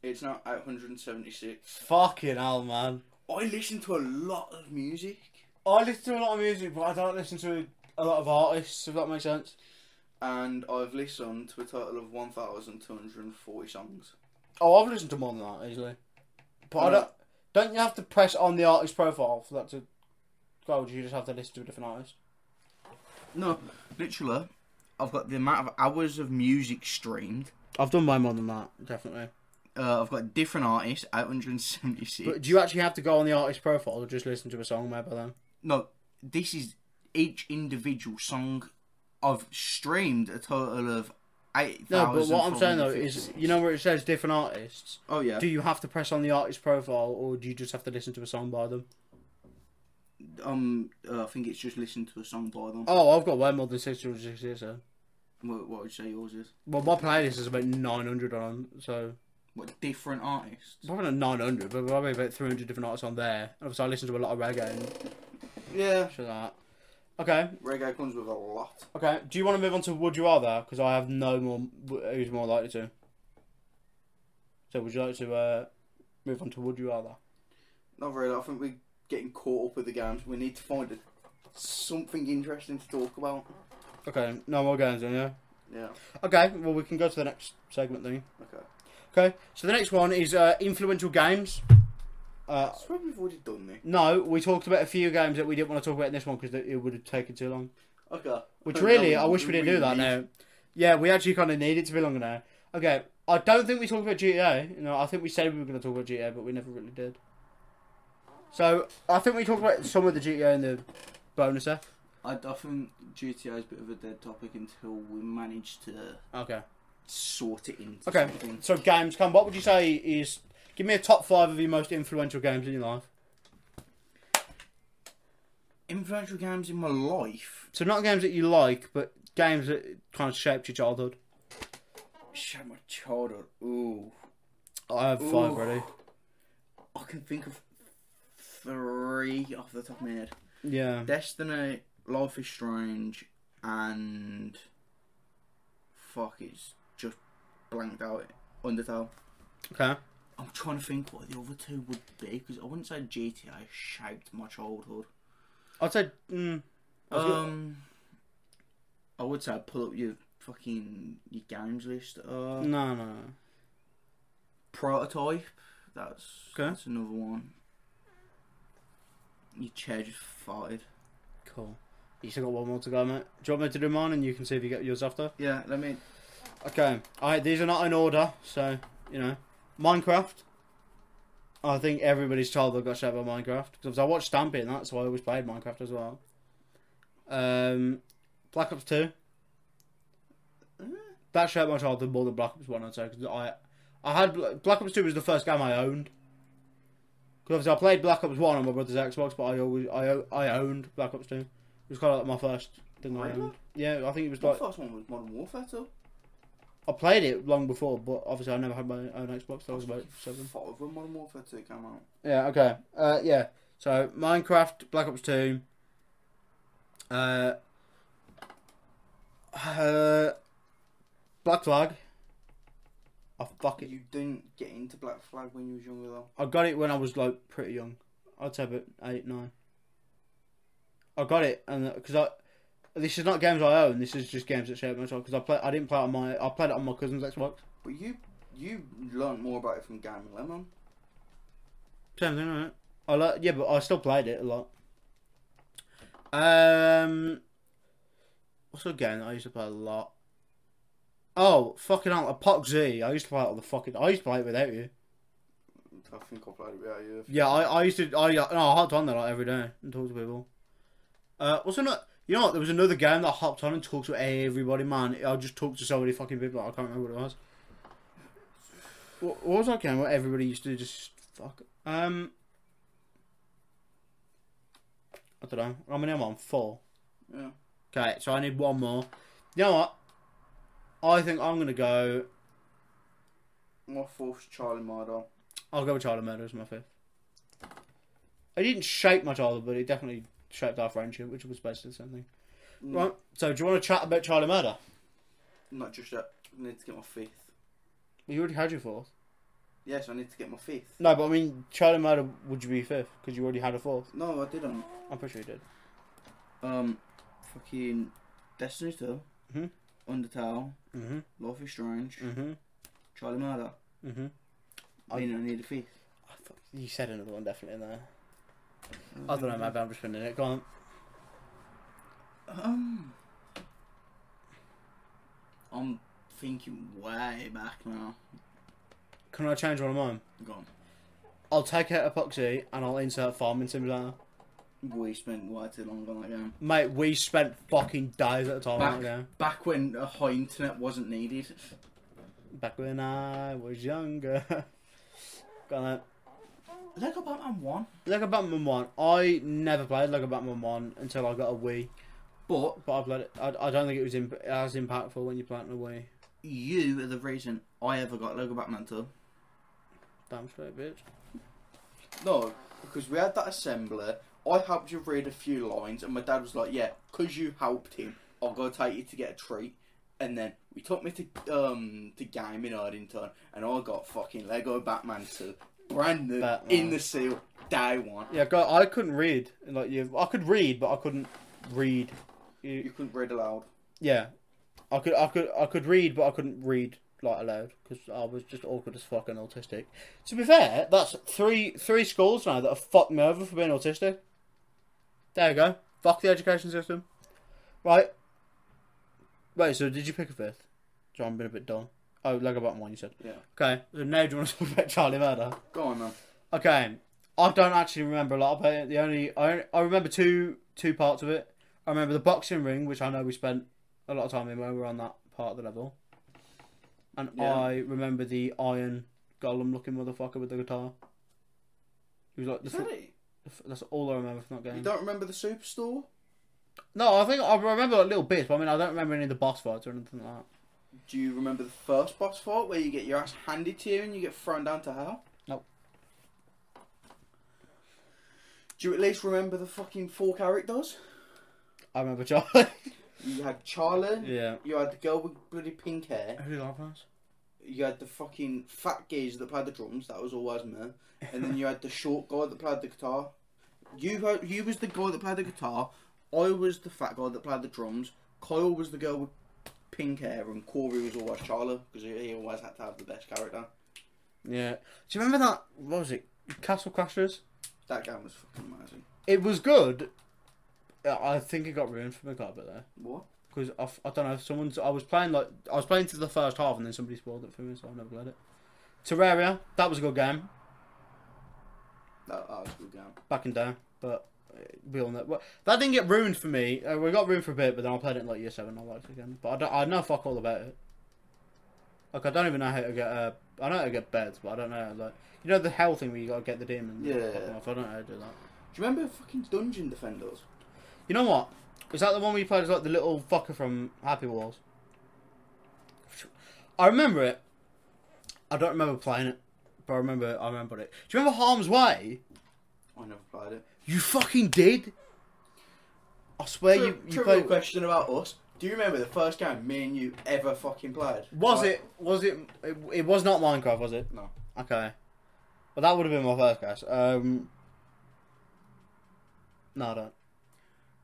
Speaker 2: It's now 876.
Speaker 1: Fucking hell, man.
Speaker 2: I listen to a lot of music.
Speaker 1: I listen to a lot of music, but I don't listen to a lot of artists. If that makes sense.
Speaker 2: And I've listened to a total of 1,240 songs.
Speaker 1: Oh, I've listened to more than that easily. But I
Speaker 2: Mm.
Speaker 1: don't. Don't you have to press on the artist profile for that to go? Do you just have to listen to a different artist?
Speaker 2: No, literally, I've got the amount of hours of music streamed.
Speaker 1: I've done mine more than that, definitely.
Speaker 2: Uh, I've got different artists, 876.
Speaker 1: But do you actually have to go on the artist profile or just listen to a song made by them?
Speaker 2: No, this is each individual song. I've streamed a total of eight.
Speaker 1: No, but what I'm saying though is, you know where it says different artists.
Speaker 2: Oh yeah.
Speaker 1: Do you have to press on the artist profile, or do you just have to listen to a song by them?
Speaker 2: um, uh, I think it's just listen to a song by them.
Speaker 1: Oh, I've got way more than six hundred sixty. So,
Speaker 2: What, what would you say yours is?
Speaker 1: well, my playlist is about nine hundred on, so
Speaker 2: What different artists?
Speaker 1: probably not nine hundred, but probably about three hundred different artists on there. And obviously, I listen to a lot of reggae and shit
Speaker 2: Yeah,
Speaker 1: like that. Okay,
Speaker 2: reggae comes with a lot.
Speaker 1: okay. Do you want to move on to Would You Rather? Because I have no more. Who's more likely to? So, would you like to uh, move on to Would You Rather?
Speaker 2: Not really. I think we're getting caught up with the games. We need to find a, something interesting to talk about.
Speaker 1: Okay, no more games, then, yeah.
Speaker 2: Yeah.
Speaker 1: Okay, well, we can go to the next segment then.
Speaker 2: Okay.
Speaker 1: Okay, so the next one is uh, influential games. Uh,
Speaker 2: I swear we've already done this.
Speaker 1: no, we talked about a few games that we didn't want to talk about in this one because it would have taken too long.
Speaker 2: Okay.
Speaker 1: Which
Speaker 2: Okay,
Speaker 1: really,
Speaker 2: now
Speaker 1: I wish we didn't do
Speaker 2: really
Speaker 1: that
Speaker 2: need-
Speaker 1: now. Yeah, we actually kind of need it to be longer now. Okay, I don't think we talked about GTA. You know, I think we said we were going to talk about GTA, but we never really did. So I think we talked about some of the GTA in the bonus F.
Speaker 2: I, I think GTA is a bit of a dead topic until we manage to
Speaker 1: Okay.
Speaker 2: sort it into
Speaker 1: Okay.
Speaker 2: something.
Speaker 1: So games, Cam, what would you say is? Give me a top five of your most influential games in your life.
Speaker 2: Influential games in my life
Speaker 1: So not games that you like, but games that kind of shaped your childhood.
Speaker 2: shaped my childhood. Ooh,
Speaker 1: I have five
Speaker 2: Ooh.
Speaker 1: already.
Speaker 2: I can think of three off the top of my head:
Speaker 1: Yeah.
Speaker 2: Destiny, Life is Strange, and fuck, it's just blanked out. Undertale.
Speaker 1: Okay.
Speaker 2: I'm trying to think what the other two would be because I wouldn't say GTA shaped my childhood.
Speaker 1: I'd say. Mm, I was gonna-
Speaker 2: Um, I would say pull up your fucking your games list. Uh,
Speaker 1: no, no, no.
Speaker 2: Prototype. That's
Speaker 1: Okay.
Speaker 2: that's another one. Your chair just farted.
Speaker 1: Cool. You still got one more to go, mate. Do you want me to do mine, and you can see if you get yours after?
Speaker 2: Yeah, let me.
Speaker 1: Okay. All right. These are not in order, so you know. Minecraft. I think everybody's childhood got shaped by Minecraft because I watched Stampy and that's why I always played Minecraft as well. Um, Black Ops Two. That shaped my childhood more than Black Ops One. I'd say 'cause I, I had Bla- Black Ops Two was the first game I owned. Because obviously I played Black Ops One on my brother's Xbox, but I always I o- I owned Black Ops Two. It was kind of like my first thing I
Speaker 2: Really?
Speaker 1: owned. Yeah, I think it was
Speaker 2: The
Speaker 1: like
Speaker 2: first one was Modern Warfare too.
Speaker 1: I played it long before, but obviously I never had my own Xbox. till I was about seven.
Speaker 2: Five when Modern Warfare two came out.
Speaker 1: Yeah. Okay. Uh, yeah. So Minecraft, Black Ops Two. Uh, uh, Black Flag. I fucking
Speaker 2: You didn't get into Black Flag when you was younger though.
Speaker 1: I got it when I was like pretty young. I'd say about eight, nine. I got it, and because I, this is not games I own. This is just games that share my because I play. I didn't play it on my. I played it on my cousin's Xbox.
Speaker 2: But you you learned more about it from Game Lemon.
Speaker 1: Same thing, right? I lo- yeah, but I still played it a lot. Um, what's a game that I used to play a lot? Oh, fucking hell, Epoch Z. I used to play it all the fucking. I used to play it without you.
Speaker 2: I think I played it without you.
Speaker 1: Yeah, I, I used to. I uh, no, I hopped on there like every day and talked to people. Uh, also not. You know what? There was another game that I hopped on and talked to everybody. Man, I just talked to so many fucking people. I can't remember what it was. What, what was that game where everybody used to just fuck? Um, I don't know. How many am I on? Four.
Speaker 2: Yeah.
Speaker 1: Okay, so I need one more. You know what? I think I'm gonna go.
Speaker 2: My fourth Charlie Mardo.
Speaker 1: I'll go with Child of Murder as my fifth. It didn't shape my childhood, but it definitely shaped our friendship, which was basically the same thing.
Speaker 2: Mm.
Speaker 1: Right. So, do you want to chat about Child of Murder?
Speaker 2: Not just yet. I need to get my fifth.
Speaker 1: You already had your fourth.
Speaker 2: Yes, I need to get my fifth.
Speaker 1: No, but I mean, Child of Murder, would you be fifth? Because you already had a fourth.
Speaker 2: No, I didn't.
Speaker 1: I'm pretty sure you did.
Speaker 2: Um, fucking Destiny 2,
Speaker 1: Mhm.
Speaker 2: Undertale,
Speaker 1: Mm-hmm.
Speaker 2: Life is Strange,
Speaker 1: Mm-hmm.
Speaker 2: Charlie Murder.
Speaker 1: Mm-hmm. I-
Speaker 2: I mean, I need a fifth.
Speaker 1: You said another one definitely in there. I don't know, maybe I'm just spinning it. Go on.
Speaker 2: Um, I'm thinking way back now.
Speaker 1: Can I change one of mine?
Speaker 2: Gone.
Speaker 1: I'll take out Epoxy and I'll insert Farming Simulator.
Speaker 2: We spent way too long on that game.
Speaker 1: Mate, we spent fucking days at a time on
Speaker 2: Back,
Speaker 1: that game.
Speaker 2: back when a high internet wasn't needed.
Speaker 1: Back when I was younger. Got that.
Speaker 2: Lego Batman 1.
Speaker 1: Lego Batman 1. I never played Lego Batman 1 until I got a Wii.
Speaker 2: But
Speaker 1: But I played it. I, I don't think it was imp- as impactful when you played it on a Wii.
Speaker 2: you are the reason I ever got Lego Batman 2.
Speaker 1: Damn straight, bitch.
Speaker 2: No, because we had that assembly. I helped you read a few lines, and my dad was like, "Yeah, 'cause you helped him, I'll go take you to get a treat." And then we took me to um to game in Ardington, and I got fucking Lego Batman two, brand new
Speaker 1: Batman.
Speaker 2: in the seal, day one.
Speaker 1: Yeah, God, I couldn't read. Like you, I could read, but I couldn't read.
Speaker 2: You
Speaker 1: You,
Speaker 2: couldn't read aloud.
Speaker 1: yeah, I could, I could, I could read, but I couldn't read like aloud because I was just awkward as fucking autistic. To be fair, that's three three schools now that have fucked me over for being autistic. There you go. Fuck the education system. Right. Wait. So did you pick a fifth? So I'm being a bit dull. Oh, Lego Batman one. You said.
Speaker 2: Yeah.
Speaker 1: Okay. So now do you want to talk about Charlie Murder?
Speaker 2: Go on then.
Speaker 1: Okay, I don't actually remember a lot about it. The only I, I remember two two parts of it. I remember the boxing ring, which I know we spent a lot of time in when we were on that part of the level. And
Speaker 2: Yeah.
Speaker 1: I remember the iron golem looking motherfucker with the guitar. He was like, the
Speaker 2: Is that
Speaker 1: fu-
Speaker 2: it?
Speaker 1: the fu- that's all I remember from that
Speaker 2: You
Speaker 1: game.
Speaker 2: don't remember the superstore?
Speaker 1: No, I think I remember like little bits, but I mean, I don't remember any of the boss fights or anything like that.
Speaker 2: Do you remember the first boss fight where you get your ass handed to you and you get thrown down to hell?
Speaker 1: Nope.
Speaker 2: Do you at least remember the fucking four characters?
Speaker 1: I remember Charlie.
Speaker 2: You had Charlie.
Speaker 1: yeah.
Speaker 2: You had the girl with bloody pink hair.
Speaker 1: Who did I pass?
Speaker 2: You had the fucking fat geezer that played the drums. That was always me. And then you had the short guy that played the guitar. You had, you was the guy that played the guitar. I was the fat guy that played the drums. Kyle was the girl with pink hair, and Corey was always Charlie because he, he always had to have the best character.
Speaker 1: Yeah. Do you remember that? What was it? Castle Crashers.
Speaker 2: That game was fucking amazing.
Speaker 1: It was good. Uh, I think it got ruined for me quite a bit there
Speaker 2: What?
Speaker 1: because I, f- I don't know. Someone's I was playing like I was playing to the first half and then somebody spoiled it for me, so I never played it. Terraria, that was a good game
Speaker 2: That, that was a good game.
Speaker 1: back in day, but uh, we all know well, that didn't get ruined for me. Uh, we got ruined for a bit, but then I played it in like year seven. I liked it again, but I, don't, I know fuck all about it. Like I don't even know how to get. Uh, I know how to get beds, but I don't know how, like you know the hell thing where you gotta get the demon.
Speaker 2: Yeah.
Speaker 1: Fuck off, I don't know how to do that.
Speaker 2: Do you remember fucking Dungeon Defenders?
Speaker 1: You know what? Is that the one we played as like the little fucker from Happy Wheels? I remember it. I don't remember playing it, but I remember I remember it. Do you remember Harm's Way?
Speaker 2: I never played it.
Speaker 1: You fucking did. I swear you, you
Speaker 2: Trivial
Speaker 1: played.
Speaker 2: question about us. Do you remember the first game me and you ever fucking played?
Speaker 1: Was
Speaker 2: Like-
Speaker 1: it? Was it? It, it was not Minecraft, was it?
Speaker 2: No.
Speaker 1: Okay. Well, that would have been my first guess. Um. No, I don't.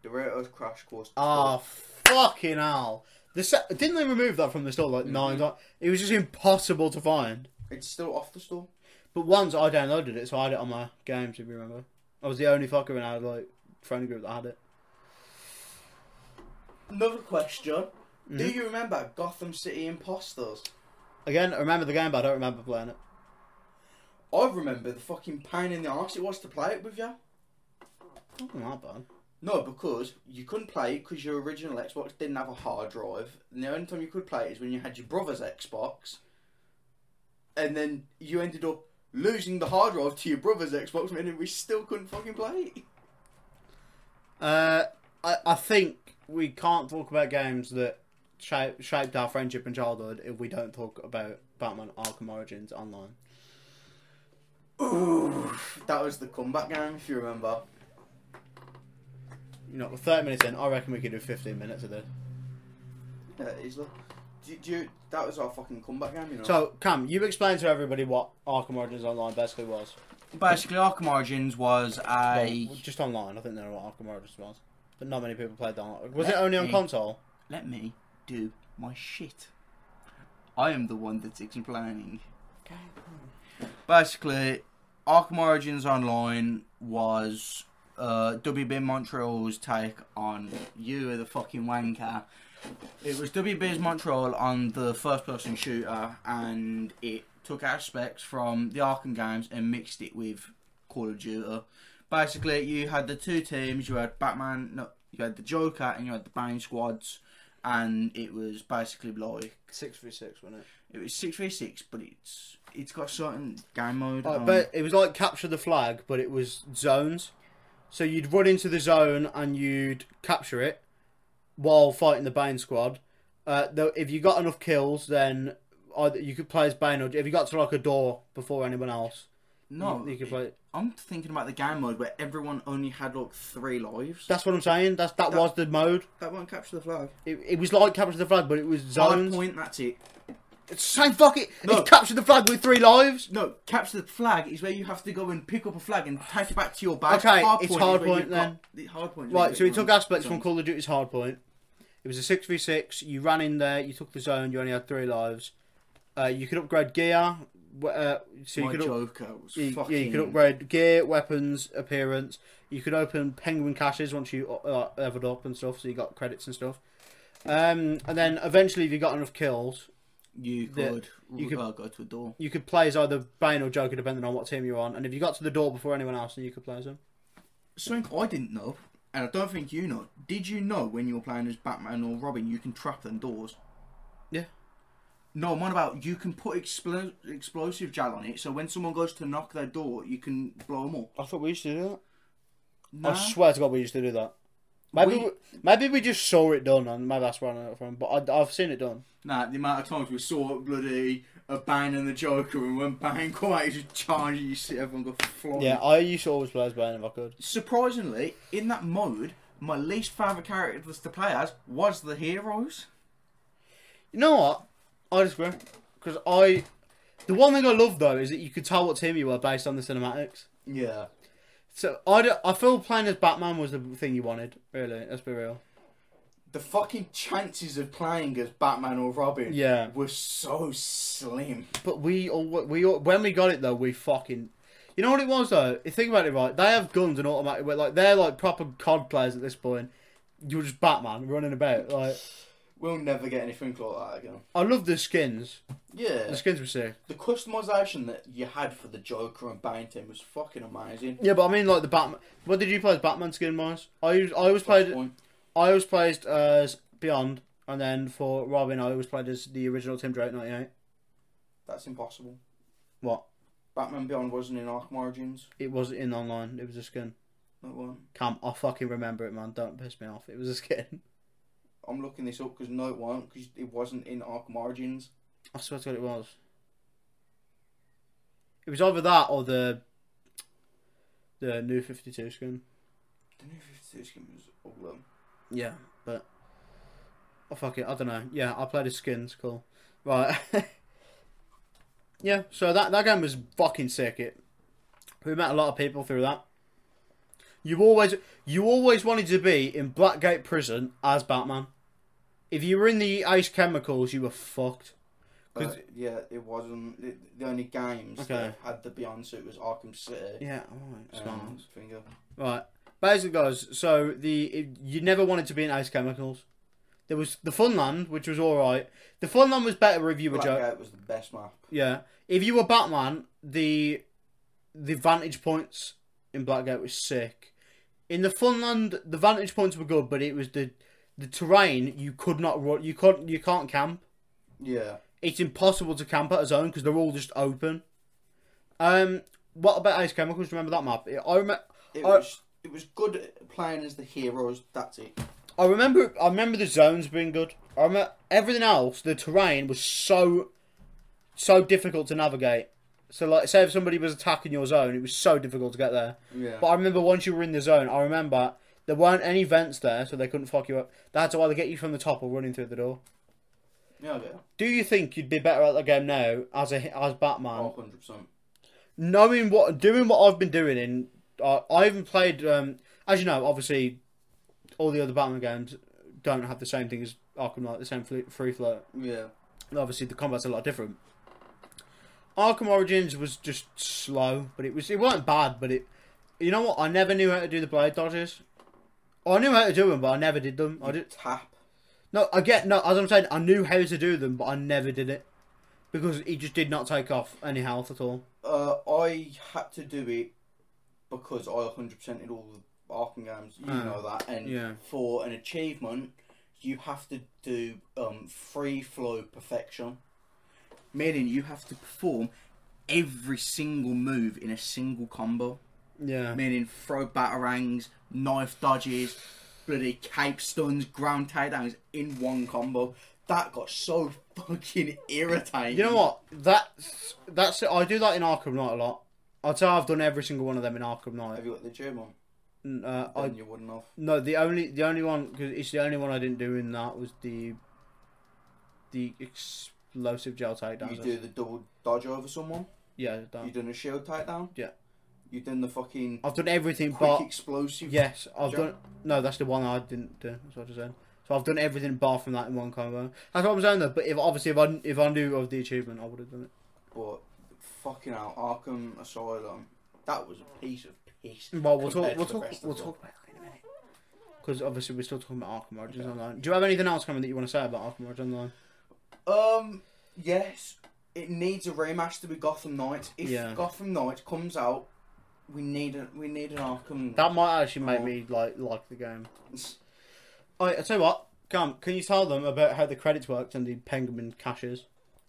Speaker 2: Doritos Crash Course.
Speaker 1: Ah, fucking hell! The se- didn't they remove that from the store like nine times? It was just impossible to find.
Speaker 2: It's still off the store.
Speaker 1: But once I downloaded it, so I had it on my games. If you remember, I was the only fucker in our like friend group that had it.
Speaker 2: Another question. Do
Speaker 1: Mm-hmm.
Speaker 2: you remember Gotham City Imposters?
Speaker 1: Again, I remember the game, but I don't remember playing it.
Speaker 2: I remember the fucking pain in the arse it was to play it with you.
Speaker 1: Wasn't that bad?
Speaker 2: No, because you couldn't play it because your original Xbox didn't have a hard drive. And the only time you could play it is when you had your brother's Xbox. And then you ended up losing the hard drive to your brother's Xbox, meaning we still couldn't fucking play it.
Speaker 1: Uh, I, I think we can't talk about games that shape, shaped our friendship and childhood if we don't talk about Batman Arkham Origins online.
Speaker 2: Ooh, that was the comeback game, if you remember.
Speaker 1: You know, we're 30 minutes in, I reckon we could do 15 minutes of this.
Speaker 2: Yeah, easily. Do, do you, that was our fucking comeback game, you know.
Speaker 1: So, Cam, you explain to everybody what Arkham Origins Online basically was.
Speaker 2: basically, Arkham Origins was a.
Speaker 1: Well, just online, I think they know what Arkham Origins was. But not many people played that. online. Was it only on
Speaker 2: Mm.
Speaker 1: console?
Speaker 2: Let me do my shit. I am the one that's explaining. Basically, Arkham Origins Online was uh, WB Montreal's take on you are the fucking wanker. It was WB's Montreal on the first person shooter, and it took aspects from the Arkham games and mixed it with Call of Duty. Basically, you had the two teams. You had Batman, no, you had the Joker, and you had the Bane squads, and it was basically like
Speaker 1: 6v6, wasn't it?
Speaker 2: it was six v six, but it's it's got a certain game mode. on.
Speaker 1: but it was like capture the flag, but it was zones. So you'd run into the zone and you'd capture it while fighting the Bane squad. Uh, though if you got enough kills, then either you could play as Bane, or if you got to like a door before anyone else,
Speaker 2: no,
Speaker 1: you, you could play.
Speaker 2: I'm thinking about the game mode where everyone only had like three lives.
Speaker 1: That's what I'm saying. That's that, was the mode.
Speaker 2: That won't capture the flag.
Speaker 1: It, it was like capture the flag, but it was
Speaker 2: Five
Speaker 1: zones.
Speaker 2: point. That's it.
Speaker 1: It's the same fucking.
Speaker 2: No.
Speaker 1: It's capture the flag with three lives.
Speaker 2: No, capture the flag is where you have to go and pick up a flag and take it back to your base.
Speaker 1: Okay,
Speaker 2: hard
Speaker 1: it's
Speaker 2: point is
Speaker 1: hard
Speaker 2: where you
Speaker 1: point
Speaker 2: got-
Speaker 1: then.
Speaker 2: The hard point. is where
Speaker 1: Right,
Speaker 2: you
Speaker 1: so
Speaker 2: get
Speaker 1: he took
Speaker 2: run-
Speaker 1: aspects from
Speaker 2: zones.
Speaker 1: Call of Duty's Hardpoint. It was a 6v6. You ran in there, you took the zone, you only had three lives. Uh, you could upgrade gear. w- Uh, so you
Speaker 2: My
Speaker 1: could, up-
Speaker 2: Joker was
Speaker 1: you,
Speaker 2: fucking.
Speaker 1: yeah, you could upgrade gear, weapons, appearance. You could open penguin caches once you uh, leveled up and stuff, so you got credits and stuff. Um, and then eventually, if you got enough kills,
Speaker 2: You
Speaker 1: the-
Speaker 2: could,
Speaker 1: you could-
Speaker 2: uh, go to a door.
Speaker 1: you could play as either Bane or Joker, depending on what team you're on. And if you got to the door before anyone else, then you could play as them.
Speaker 2: Something I didn't know, and I don't think you know. Did you know when you were playing as Batman or Robin, you can trap them doors?
Speaker 1: Yeah.
Speaker 2: No, I'm on about you can put expl- explosive gel on it, so when someone goes to knock their door, you can blow them up.
Speaker 1: I thought we used to do that.
Speaker 2: No,
Speaker 1: I swear to God, we used to do that. Maybe we,
Speaker 2: We-
Speaker 1: maybe we just saw it done, and maybe that's where I know it from. But I, I've seen it done.
Speaker 2: nah, the amount of times we saw bloody a Bane and the Joker, and when Bane come out, he just charges you, see everyone go flying.
Speaker 1: Yeah, I used to always play as Bane if I could.
Speaker 2: Surprisingly, in that mode, my least favourite character to play as was the heroes.
Speaker 1: You know what? I disagree because I. The one thing I love though is that you could tell what team you were based on the cinematics.
Speaker 2: Yeah.
Speaker 1: So I, d- I feel playing as Batman was the thing you wanted. Really, let's be real.
Speaker 2: the fucking chances of playing as Batman or Robin
Speaker 1: Yeah.
Speaker 2: were so slim.
Speaker 1: But we all we all, when we got it though, we fucking. You know what it was though? You think about it right. They have guns and automatic. we- Like they're like proper COD players at this point. You were just Batman running about. Like
Speaker 2: We'll never get anything like that again.
Speaker 1: I love the skins. The
Speaker 2: Yeah.
Speaker 1: skins were sick.
Speaker 2: The customization that you had for the Joker and Bane team was fucking amazing.
Speaker 1: Yeah, but I mean, like the Batman. What did you play as Batman skin wise? I used, I always played
Speaker 2: Flashpoint.
Speaker 1: I always played as Beyond, and then for Robin, I always played as the original Tim Drake ninety eight.
Speaker 2: That's impossible.
Speaker 1: What?
Speaker 2: Batman Beyond wasn't in Arkham Origins.
Speaker 1: It was in online. It was a skin.
Speaker 2: No one.
Speaker 1: Cam, I fucking remember it, man. Don't piss me off. It was a skin.
Speaker 2: I'm looking this up because no, it won't because it wasn't in Arkham Origins.
Speaker 1: I swear to God, it was. It was either that or the the new fifty two skin.
Speaker 2: The new 52 skin was all them.
Speaker 1: Yeah, but Oh, fuck it. I don't know. Yeah, I played as skins. Cool. Right. yeah. So that that game was fucking sick. It. We met a lot of people through that. You always you always wanted to be in Blackgate Prison as Batman. If you were in the Ace Chemicals, you were fucked.
Speaker 2: But yeah, it wasn't. It, the only games that had the Beyond suit was Arkham City.
Speaker 1: Yeah. Alright.
Speaker 2: um, finger.
Speaker 1: Right. Basically, guys, so the it, you never wanted to be in Ace Chemicals. There was the Funland, which was all right. The Funland was better if you were Joe.
Speaker 2: Blackgate was the best map.
Speaker 1: Yeah, if you were Batman, the the vantage points in Blackgate was sick. In the Funland, the vantage points were good, but it was the the terrain you could not run. You could you can't camp.
Speaker 2: Yeah.
Speaker 1: It's impossible to camp at a zone because they're all just open. Um, what about Ace Chemicals? Remember that map? I remember.
Speaker 2: It
Speaker 1: I-
Speaker 2: was it was good at playing as the heroes. That's it.
Speaker 1: I remember. I remember the zones being good. I remember everything else. The terrain was so, so difficult to navigate. So, like, say if somebody was attacking your zone, it was so difficult to get there.
Speaker 2: Yeah.
Speaker 1: But I remember once you were in the zone, I remember there weren't any vents there, so they couldn't fuck you up. They had to either get you from the top or running through the door.
Speaker 2: yeah. Yeah.
Speaker 1: Do you think you'd be better at the game now as a as Batman,
Speaker 2: One hundred percent.
Speaker 1: knowing what doing what I've been doing in I I even played um as you know obviously all the other Batman games don't have the same thing as Arkham Knight the same fl- free flow
Speaker 2: Yeah.
Speaker 1: And obviously the combat's a lot different Arkham Origins was just slow but it was it wasn't bad but it you know what I never knew how to do the blade dodges I knew how to do them but I never did them I did
Speaker 2: Tap.
Speaker 1: no I get no as I'm saying I knew how to do them but I never did it because it just did not take off any health at all
Speaker 2: Uh, I had to do it because I hundred percented all the Arkham games. You
Speaker 1: Ah,
Speaker 2: know that. And
Speaker 1: yeah.
Speaker 2: for an achievement, you have to do um free flow perfection. Meaning you have to perform every single move in a single combo.
Speaker 1: yeah
Speaker 2: meaning throw batarangs, knife dodges, bloody cape stuns, ground takedowns in one combo. That got so fucking irritating.
Speaker 1: You know what? That's that's it. I do that in Arkham Knight a lot. I'd say I've done every single one of them in Arkham Knight.
Speaker 2: Have you got the gym on?
Speaker 1: N- Uh, I,
Speaker 2: Then you wouldn't have.
Speaker 1: no, the only the only one because it's the only one I didn't do in that was the the explosive gel
Speaker 2: You
Speaker 1: takedowns.
Speaker 2: do the double dodge over someone.
Speaker 1: Yeah, that.
Speaker 2: You done a shield takedown.
Speaker 1: Yeah.
Speaker 2: You done the fucking
Speaker 1: I've done everything
Speaker 2: quick
Speaker 1: but
Speaker 2: explosive.
Speaker 1: yes, I've
Speaker 2: Gel-
Speaker 1: done. No, that's the one I didn't do. That's what I said. So I've done everything bar from that in one combo. That's what I'm saying though. But if obviously if I if I knew of the achievement, I would have done it.
Speaker 2: But fucking hell, Arkham Asylum. That was a piece of piss.
Speaker 1: Well, we'll
Speaker 2: compared
Speaker 1: talk.
Speaker 2: to
Speaker 1: We'll talk.
Speaker 2: the rest of
Speaker 1: We'll
Speaker 2: them.
Speaker 1: talk about that in a minute. Because obviously we're still talking about Arkham Origins Online. Do you have anything else coming that you want to say about Arkham Origins Online?
Speaker 2: Um, yes, it needs a remaster with Gotham Knights. If
Speaker 1: Yeah.
Speaker 2: Gotham Knights comes out, we need a we need an Arkham.
Speaker 1: That might actually make
Speaker 2: Oh.
Speaker 1: me like like the game. Oh, I I tell you what, Cam, can you tell them about how the credits worked and the Penguin caches?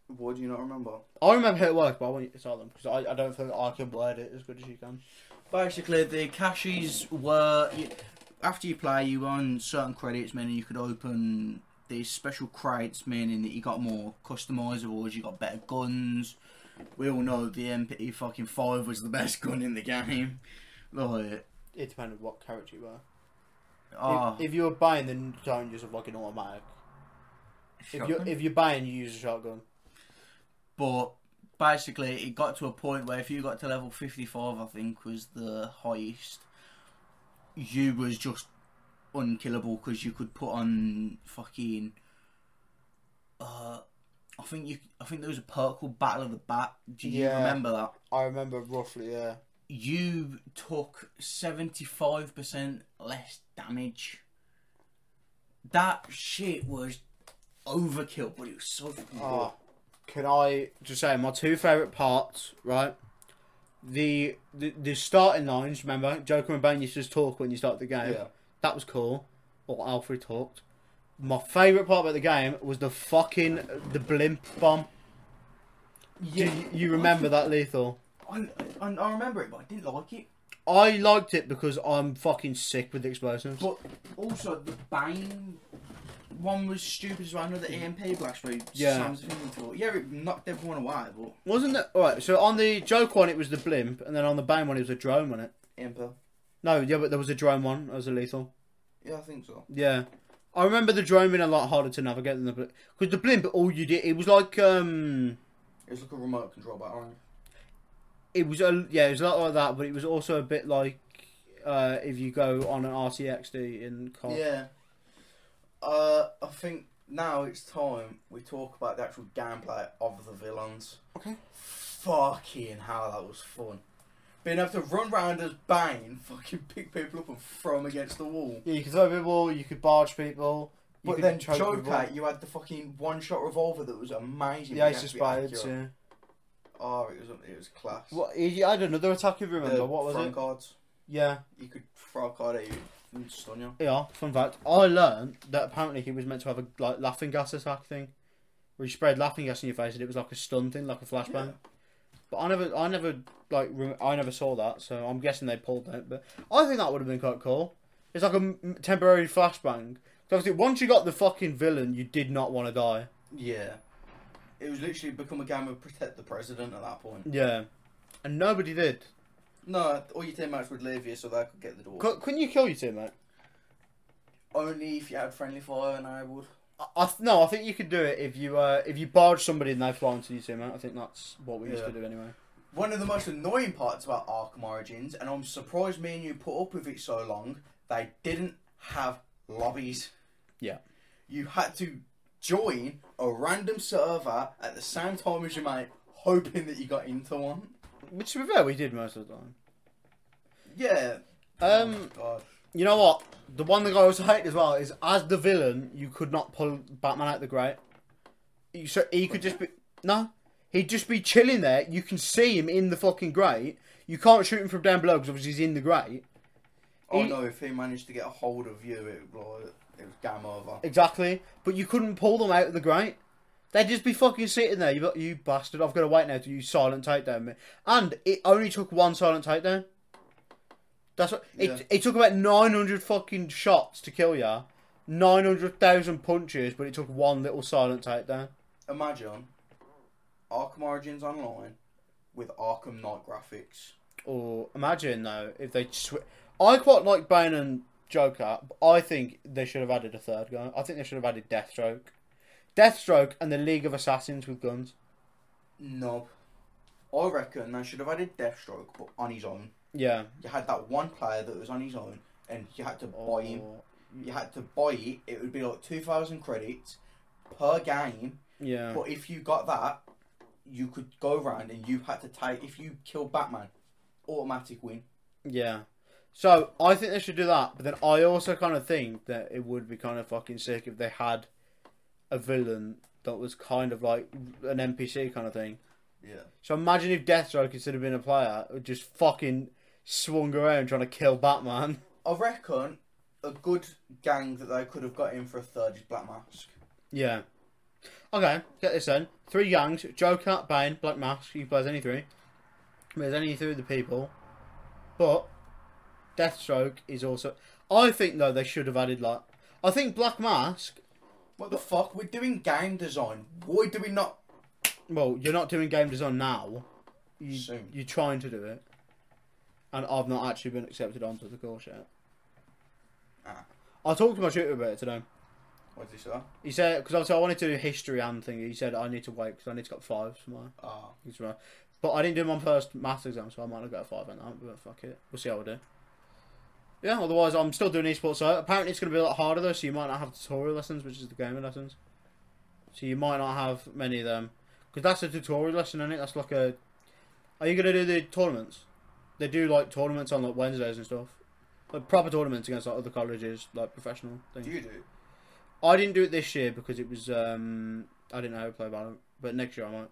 Speaker 2: What do you not remember?
Speaker 1: I remember how it worked, but I want you to tell them because I, I don't think I can word it as good as you can.
Speaker 2: Basically, the caches were you, after you play, you earn certain credits, meaning you could open these special crates, meaning that you got more customizables, you got better guns. We all know the MP fucking five was the best gun in the game. Like,
Speaker 1: It depended what character you were.
Speaker 2: ah,
Speaker 1: If, if you were buying, then don't use a fucking automatic. If you
Speaker 2: shotgun.
Speaker 1: if you're buying, you use a shotgun.
Speaker 2: But basically, it got to a point where if you got to level 55, I think was the highest, you was just unkillable because you could put on fucking. Uh, I think you. I think there was a perk called Battle of the Bat. Do you
Speaker 1: Yeah.
Speaker 2: remember that?
Speaker 1: I remember roughly, yeah.
Speaker 2: You took 75% less damage. That shit was overkill, but it was so fucking
Speaker 1: Oh, can I just say my two favourite parts, right? The, the the starting lines, remember? Joker and Bane used to just talk when you start the game.
Speaker 2: Yeah.
Speaker 1: That was cool. Or Alfred talked. My favourite part about the game was the fucking the blimp bomb.
Speaker 2: good.
Speaker 1: Do you, you remember that lethal?
Speaker 2: I, I, I remember it, but I didn't like it.
Speaker 1: I liked it because I'm fucking sick with explosives.
Speaker 2: But also the Bane one was stupid as well. Another EMP blast where he
Speaker 1: Yeah. E
Speaker 2: slams him into the wall. Yeah, it knocked everyone away, but
Speaker 1: Wasn't that alright? So on the Joker one, it was the blimp, and then on the Bane one, it was a drone, wasn't it?
Speaker 2: EMP.
Speaker 1: No, yeah, but there was a drone one as a lethal.
Speaker 2: Yeah, I think so.
Speaker 1: Yeah, I remember the drone being a lot harder to navigate than the blimp. Because the blimp, all you did, it was like, um,
Speaker 2: It was like a remote control battery.
Speaker 1: it was, a, yeah, it was a lot like that, but it was also a bit like uh, if you go on an RTXD in car.
Speaker 2: Yeah. Uh, I think now it's time we talk about the actual gameplay of the villains.
Speaker 1: Okay.
Speaker 2: Fucking hell, that was fun. Being able to run round as Bane, fucking pick people up and throw them against the wall.
Speaker 1: Yeah, you could throw people, you could barge people. You
Speaker 2: But
Speaker 1: could
Speaker 2: then
Speaker 1: choke
Speaker 2: Joker,
Speaker 1: people.
Speaker 2: you had the fucking one shot revolver that was amazing.
Speaker 1: the
Speaker 2: but
Speaker 1: Ace
Speaker 2: you had
Speaker 1: of
Speaker 2: to be
Speaker 1: Spades,
Speaker 2: accurate.
Speaker 1: yeah.
Speaker 2: Oh, it was it was class.
Speaker 1: What, he had another attack if you remember. what was
Speaker 2: throw
Speaker 1: it?
Speaker 2: Cards.
Speaker 1: Yeah,
Speaker 2: You could throw a card at you and stun you.
Speaker 1: yeah. Fun fact: I learned that apparently he was meant to have a like laughing gas attack thing, where he sprayed laughing gas in your face, and it was like a stun thing, like a flashbang.
Speaker 2: Yeah.
Speaker 1: But I never, I never like, rem- I never saw that, so I'm guessing they pulled it. But I think that would have been quite cool. It's like a m- temporary flashbang. 'Cause Obviously, once you got the fucking villain, you did not want to die.
Speaker 2: Yeah. It was literally become a game of protect the president at that point.
Speaker 1: Yeah, and nobody did.
Speaker 2: No, all your teammates would leave you so they could get the door.
Speaker 1: C- couldn't you kill your teammate?
Speaker 2: Only if you had friendly fire and I would.
Speaker 1: I- I th- no, I think you could do it if you uh, if you barge somebody and they fly into you too, mate. I think that's what we used
Speaker 2: Yeah.
Speaker 1: to do anyway.
Speaker 2: One of the most annoying parts about Arkham Origins, and I'm surprised me and you put up with it so long, they didn't have lobbies.
Speaker 1: Yeah.
Speaker 2: You had to join a random server at the same time as your mate, hoping that you got into one.
Speaker 1: Which to be fair, we did most of the time.
Speaker 2: Yeah.
Speaker 1: Um,
Speaker 2: Oh, God.
Speaker 1: you know what? The one thing I also hate as well is as the villain, you could not pull Batman out the grate. You- So he could just be no, he'd just be chilling there. You can see him in the fucking grate. You can't shoot him from down below because obviously he's in the grate.
Speaker 2: Oh
Speaker 1: He-
Speaker 2: no, if he managed to get a hold of you, it, like, it was game over.
Speaker 1: Exactly, but you couldn't pull them out of the grate. They'd just be fucking sitting there. You you bastard! I've got to wait now to use silent takedown. me." And it only took one silent takedown. That's what
Speaker 2: Yeah.
Speaker 1: it. It took about nine hundred fucking shots to kill ya, nine hundred thousand punches, but it took one little silent takedown.
Speaker 2: Imagine Arkham Origins Online with Arkham Knight graphics.
Speaker 1: Or imagine though if they. Sw- I quite like Bane and Joker, but I think they should have added a third guy. I think they should have added Deathstroke, Deathstroke, and the League of Assassins with guns.
Speaker 2: No. I reckon they should have added Deathstroke, but on his own.
Speaker 1: Yeah.
Speaker 2: You had that one player that was on his own, and you had to buy him.
Speaker 1: Or-
Speaker 2: You had to buy it. It would be like two thousand credits per game.
Speaker 1: Yeah.
Speaker 2: But if you got that, you could go round and you had to take. If you kill Batman, automatic win.
Speaker 1: Yeah. So I think they should do that, but then I also kind of think that it would be kind of fucking sick if they had a villain that was kind of like an NPC kind of thing.
Speaker 2: Yeah.
Speaker 1: So imagine if Deathstroke instead of being a player just fucking swung around trying to kill Batman.
Speaker 2: I reckon a good gang that they could have got in for a third is Black Mask.
Speaker 1: Yeah. Okay, get this then. Three gangs: Joker, Bane, Black Mask. You can play as any three. There's any three of the people, but Deathstroke is also. I think though they should have added like. I think Black Mask.
Speaker 2: What the fuck? We're doing game design. Why do we not?
Speaker 1: Well, you're not doing game design now. You,
Speaker 2: Soon.
Speaker 1: You're trying to do it, and I've not actually been accepted onto the course yet.
Speaker 2: Ah.
Speaker 1: I talked to my tutor about it today.
Speaker 2: What did he say?
Speaker 1: He said because obviously I wanted to do history and thing. He said I need to wait because I need to get five tomorrow.
Speaker 2: Ah.
Speaker 1: He's right. But I didn't do my first maths exam, so I might not get a five on that. But fuck it, we'll see how I do. Yeah. Otherwise, I'm still doing esports. So apparently, it's going to be a lot harder though. So you might not have tutorial lessons, which is the gaming lessons. So you might not have many of them because that's a tutorial lesson, isn't it? That's like a. Are you going to do the tournaments? They do like tournaments on like Wednesdays and stuff, like proper tournaments against like other colleges, like professional things.
Speaker 2: Do you do? it?
Speaker 1: I didn't do it this year because it was um I didn't know how to play Valorant, but next year I might.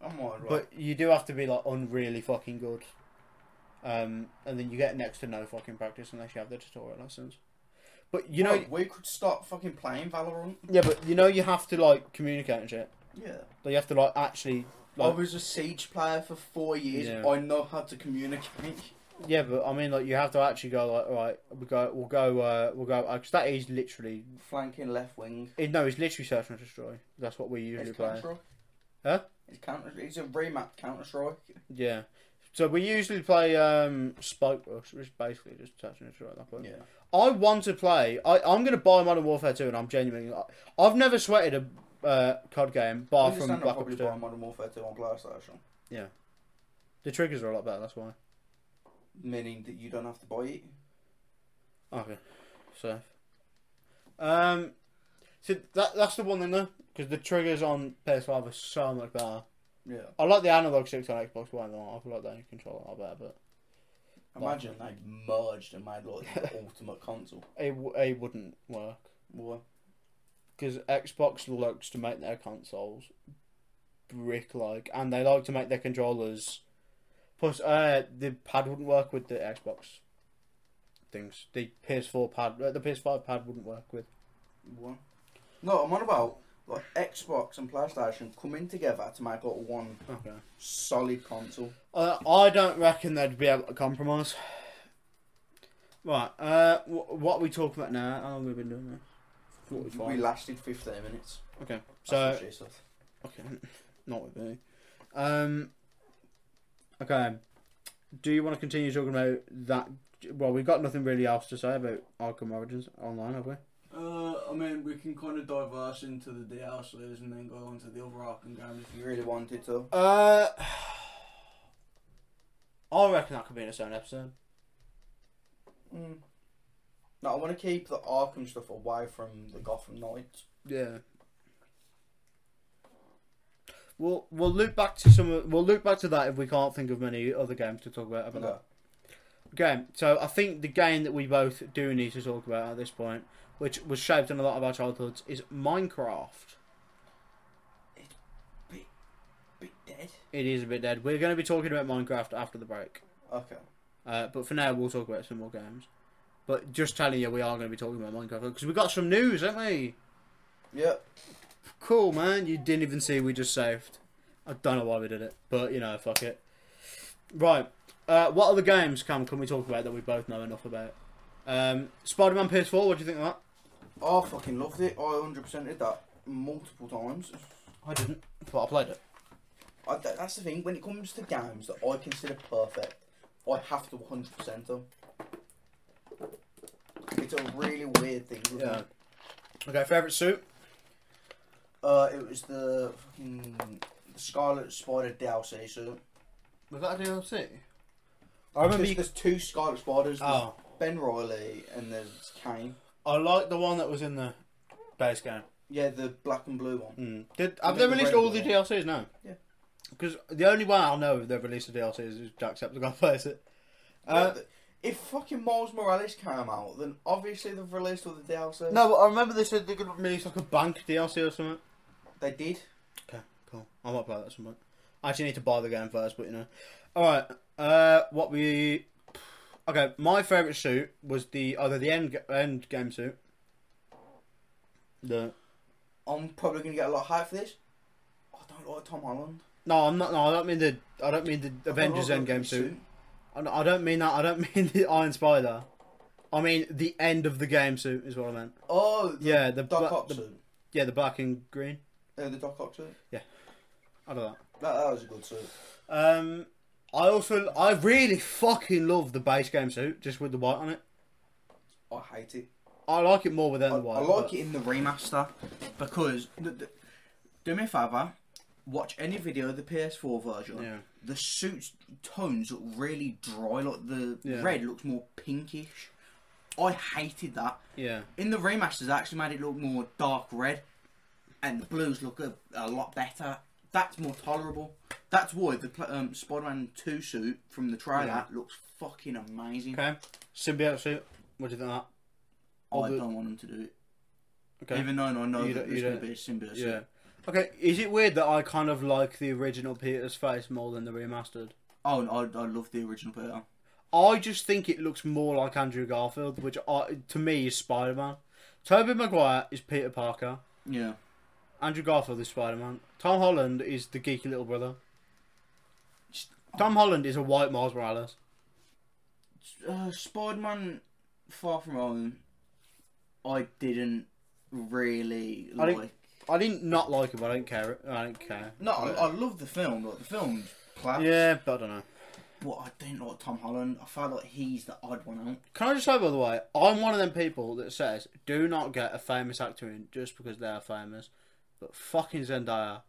Speaker 2: I'm all right.
Speaker 1: But you do have to be like unreally fucking good. Um, and then you get next to no fucking practice unless you have the tutorial lessons. But you know,
Speaker 2: Bro, we could start fucking playing Valorant.
Speaker 1: yeah, but you know you have to like communicate and shit.
Speaker 2: Yeah.
Speaker 1: Like you have to like actually, like
Speaker 2: I was a Siege player for four years.
Speaker 1: Yeah.
Speaker 2: I know how to communicate.
Speaker 1: yeah, but I mean like you have to actually go like right, we go, we'll go, uh, we'll go because that is literally
Speaker 2: Flanking left wing.
Speaker 1: it, no, it's literally search and destroy. That's what we usually
Speaker 2: It's
Speaker 1: play.
Speaker 2: Counter Strike.
Speaker 1: Huh?
Speaker 2: It's Counter. It's a remap Counter Strike.
Speaker 1: Yeah, So we usually play um, Spike Rush, which is basically just touching it right that point. I want to play. I, I'm going to buy Modern Warfare 2, and I'm genuinely. I, I've never sweated a uh, COD game,
Speaker 2: I
Speaker 1: bar from
Speaker 2: understand I'll
Speaker 1: Black Ops
Speaker 2: probably
Speaker 1: 2.
Speaker 2: buy Modern Warfare 2 on PlayStation,
Speaker 1: The triggers are a lot better, that's why.
Speaker 2: meaning that you don't have to buy it.
Speaker 1: Okay, so, um, so that that's the one then though, because the triggers on PS5 are so much better.
Speaker 2: Yeah.
Speaker 1: I like the analog sticks on Xbox One though. I feel like they control a lot better, but
Speaker 2: Imagine they merged and made like the ultimate console.
Speaker 1: it w- it wouldn't work
Speaker 2: Why?
Speaker 1: because Xbox likes to make their consoles brick like, and they like to make their controllers. Plus, uh, the pad wouldn't work with the Xbox things. The PS4 pad, uh, the PS5 pad wouldn't work with.
Speaker 2: Why? No, I'm on about like Xbox and PlayStation coming together to make like one
Speaker 1: Okay.
Speaker 2: solid console.
Speaker 1: Uh, I don't reckon they'd be able to compromise. Right, uh, wh- what are we talking about now? How long have we been doing this?
Speaker 2: We
Speaker 1: 45.
Speaker 2: lasted 15 minutes.
Speaker 1: okay,
Speaker 2: That's
Speaker 1: so,
Speaker 2: what she said.
Speaker 1: okay, not with me. Um, okay, do you want to continue talking about that? Well, we've got nothing really else to say about Arkham Origins online, have we?
Speaker 3: Uh, I mean, we can kind of diverse into the DLCs and then go on to the other Arkham games.
Speaker 2: If you really wanted to.
Speaker 1: Uh, I reckon that could be in its own episode.
Speaker 2: Mm. No, I want to keep the Arkham stuff away from the Gotham Knights.
Speaker 1: Yeah. We'll we'll loop back to some. of- We'll loop back to that if we can't think of many other games to talk about. About
Speaker 2: No.
Speaker 1: that game. So I think the game that we both do need to talk about at this point, which was shaped in a lot of our childhoods, is Minecraft.
Speaker 2: Bit dead.
Speaker 1: It is a bit dead. We're going to be talking about Minecraft after the break,
Speaker 2: Okay.
Speaker 1: uh, but for now we'll talk about some more games. But just telling you, we are going to be talking about Minecraft because we got some news, haven't we?
Speaker 2: Yep.
Speaker 1: Cool, man. You didn't even see we just saved. I don't know why we did it, but you know, fuck it. Right. Uh, what other games, Cam, can we talk about that we both know enough about? Um, Spider Man PS4, what do you think of that?
Speaker 2: I fucking loved it. I 100% did that multiple times.
Speaker 1: I didn't, but I played it.
Speaker 2: I, that, that's the thing. When it comes to games that I consider perfect, I have to 100% them. It's a really weird thing. Isn't
Speaker 1: Yeah.
Speaker 2: It?
Speaker 1: Okay, favourite suit?
Speaker 2: Uh, it was the fucking Scarlet Spider DLC. So
Speaker 1: Was that a DLC? I remember
Speaker 2: there's,
Speaker 1: you.
Speaker 2: there's two Scarlet Spiders. There's
Speaker 1: Oh,
Speaker 2: Ben Riley and there's Kane.
Speaker 1: I like the one that was in the base game.
Speaker 2: Yeah, the black and blue one.
Speaker 1: Mm. Did, have they released all the DLCs now?
Speaker 2: Yeah.
Speaker 1: Because the only way I know if they've released the DLCs is Jacksepticeye plays it. Uh,
Speaker 2: Yeah, th- if fucking Miles Morales came out, then obviously they've released all the DLC.
Speaker 1: No, but I remember they said they're going to release like a bank DLC or something.
Speaker 2: They did.
Speaker 1: Okay, cool. I might play that at some point. I actually need to buy the game first, but you know. Alright, uh, what we. Okay, my favourite suit was the either the end, end game suit. The.
Speaker 2: I'm probably gonna get a lot of hype for this. I don't like Tom Holland.
Speaker 1: No, I'm not. No, I don't mean the. I don't mean the Avengers
Speaker 2: I
Speaker 1: End
Speaker 2: don't like
Speaker 1: Game
Speaker 2: his
Speaker 1: suit. I don't- I don't mean that. I don't mean the Iron Spider. I mean the end of the game suit is what I meant.
Speaker 2: Oh, the
Speaker 1: Yeah, the,
Speaker 2: Doc
Speaker 1: bla-
Speaker 2: Ock
Speaker 1: the
Speaker 2: suit.
Speaker 1: yeah the black and green.
Speaker 2: Uh, the Doc Ock suit.
Speaker 1: I don't know.
Speaker 2: That, that was a good suit.
Speaker 1: Um, I also I really fucking love the base game suit just with the white on it.
Speaker 2: I hate it.
Speaker 1: I like it more with
Speaker 2: I,
Speaker 1: the white.
Speaker 2: I like it in the remaster because the, the, do me a favour, watch any video of the PS4 version.
Speaker 1: Yeah.
Speaker 2: The suit's tones look really dry. Like the
Speaker 1: Yeah.
Speaker 2: red looks more pinkish. I hated that.
Speaker 1: Yeah,
Speaker 2: In the remasters, they actually made it look more dark red, and the blues look a, a lot better. That's more tolerable. That's why the pl- um, Spider-Man Two suit from the trailer
Speaker 1: Yeah.
Speaker 2: looks fucking amazing.
Speaker 1: okay. Symbiote suit. What do you think of
Speaker 2: I
Speaker 1: the-
Speaker 2: don't want them to do it,
Speaker 1: that? Okay.
Speaker 2: even though I know
Speaker 1: You
Speaker 2: that
Speaker 1: don't- you
Speaker 2: there's going to
Speaker 1: don't-
Speaker 2: be a symbiote.
Speaker 1: yeah.
Speaker 2: suit.
Speaker 1: Okay. Is it weird that I kind of like the original Peter's face more than the remastered?
Speaker 2: Oh, and I, I love the original Peter.
Speaker 1: I just think it looks more like Andrew Garfield, which I, to me is Spider Man. Tobey Maguire is Peter Parker.
Speaker 2: Yeah.
Speaker 1: Andrew Garfield is Spider Man. Tom Holland is the geeky little brother. Tom Holland is a white Miles Morales.
Speaker 2: Uh, Spider-Man Far From Home. I didn't really
Speaker 1: I
Speaker 2: like.
Speaker 1: didn't- I didn't not like it, but I don't care. I don't care.
Speaker 2: No, I, I love the film. Like the film's class.
Speaker 1: Yeah, but I don't know.
Speaker 2: But I don't like Tom Holland. I feel like he's the odd one out.
Speaker 1: Can I just say, by the way, I'm one of them people that says do not get a famous actor in just because they are famous. But fucking Zendaya,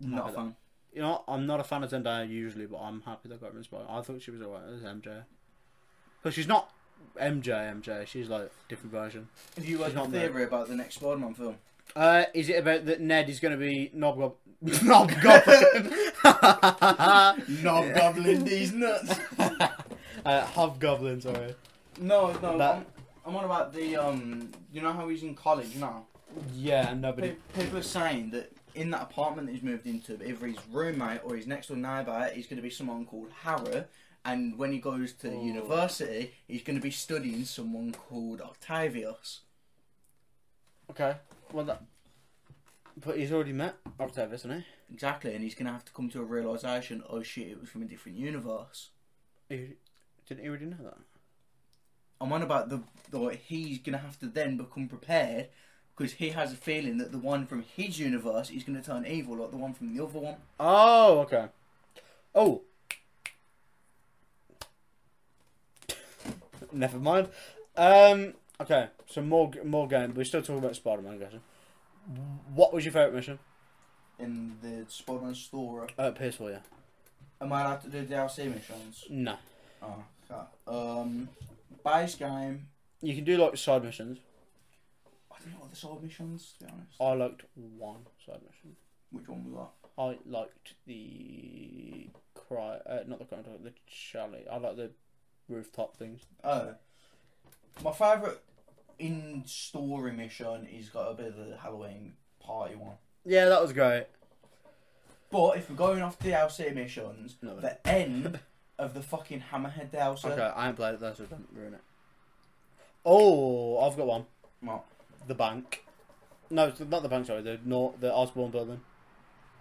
Speaker 2: Not a
Speaker 1: that.
Speaker 2: fan.
Speaker 1: you know, I'm not a fan of Zendaya usually, but I'm happy that I got inspired. I thought she was alright as MJ, but she's not MJ. MJ, she's like different version.
Speaker 2: Have you got
Speaker 1: She's
Speaker 2: a
Speaker 1: not me.
Speaker 2: theory about the next Spider-Man film?
Speaker 1: Uh, is it about that Ned is going to be knob gob knob goblin?
Speaker 2: Not gobbling these nuts.
Speaker 1: uh, hobgoblin, sorry.
Speaker 2: No, no.
Speaker 1: That-
Speaker 2: I'm, I'm on about the um. You know how he's in college now.
Speaker 1: Yeah, and
Speaker 2: Pe-
Speaker 1: nobody.
Speaker 2: People are saying that in that apartment that he's moved into, either his roommate or his next door neighbour is going to be someone called Harrow, and when he goes to
Speaker 1: Oh.
Speaker 2: university, he's going to be studying someone called Octavius.
Speaker 1: Okay, well that. But he's already met Octavius, isn't
Speaker 2: Exactly, and he's going to have to come to a realization. Oh shit, it was from a different universe.
Speaker 1: he? he? Didn't he already know that?
Speaker 2: I'm on about the like he's going to have to then become prepared. Because he has a feeling that the one from his universe is going to turn evil, like the one from the other one.
Speaker 1: Oh, okay. Oh. Never mind. Um. Okay. So more g- more game. We're still talking about Spider Man, guys. What was your favorite mission?
Speaker 2: In the Spider-Man story,
Speaker 1: Uh, PS4, yeah.
Speaker 2: am I allowed to do DLC missions?
Speaker 1: No.
Speaker 2: Oh, God. Um, base game.
Speaker 1: You can do like side missions.
Speaker 2: I don't know what the side missions, to be honest.
Speaker 1: I liked one side mission.
Speaker 2: Which one was that?
Speaker 1: I liked the cry. Uh, not the cry. The chalet. I like the rooftop things.
Speaker 2: Oh, my favourite in story mission is got to be the Halloween party one.
Speaker 1: Yeah, that was great.
Speaker 2: But if we're going off DLC missions,
Speaker 1: No.
Speaker 2: the end of the fucking Hammerhead DLC.
Speaker 1: Okay, I ain't played it though, so don't ruin it. Oh, I've got one.
Speaker 2: What?
Speaker 1: The bank. No, it's not the bank. Sorry, the not the Osborne building.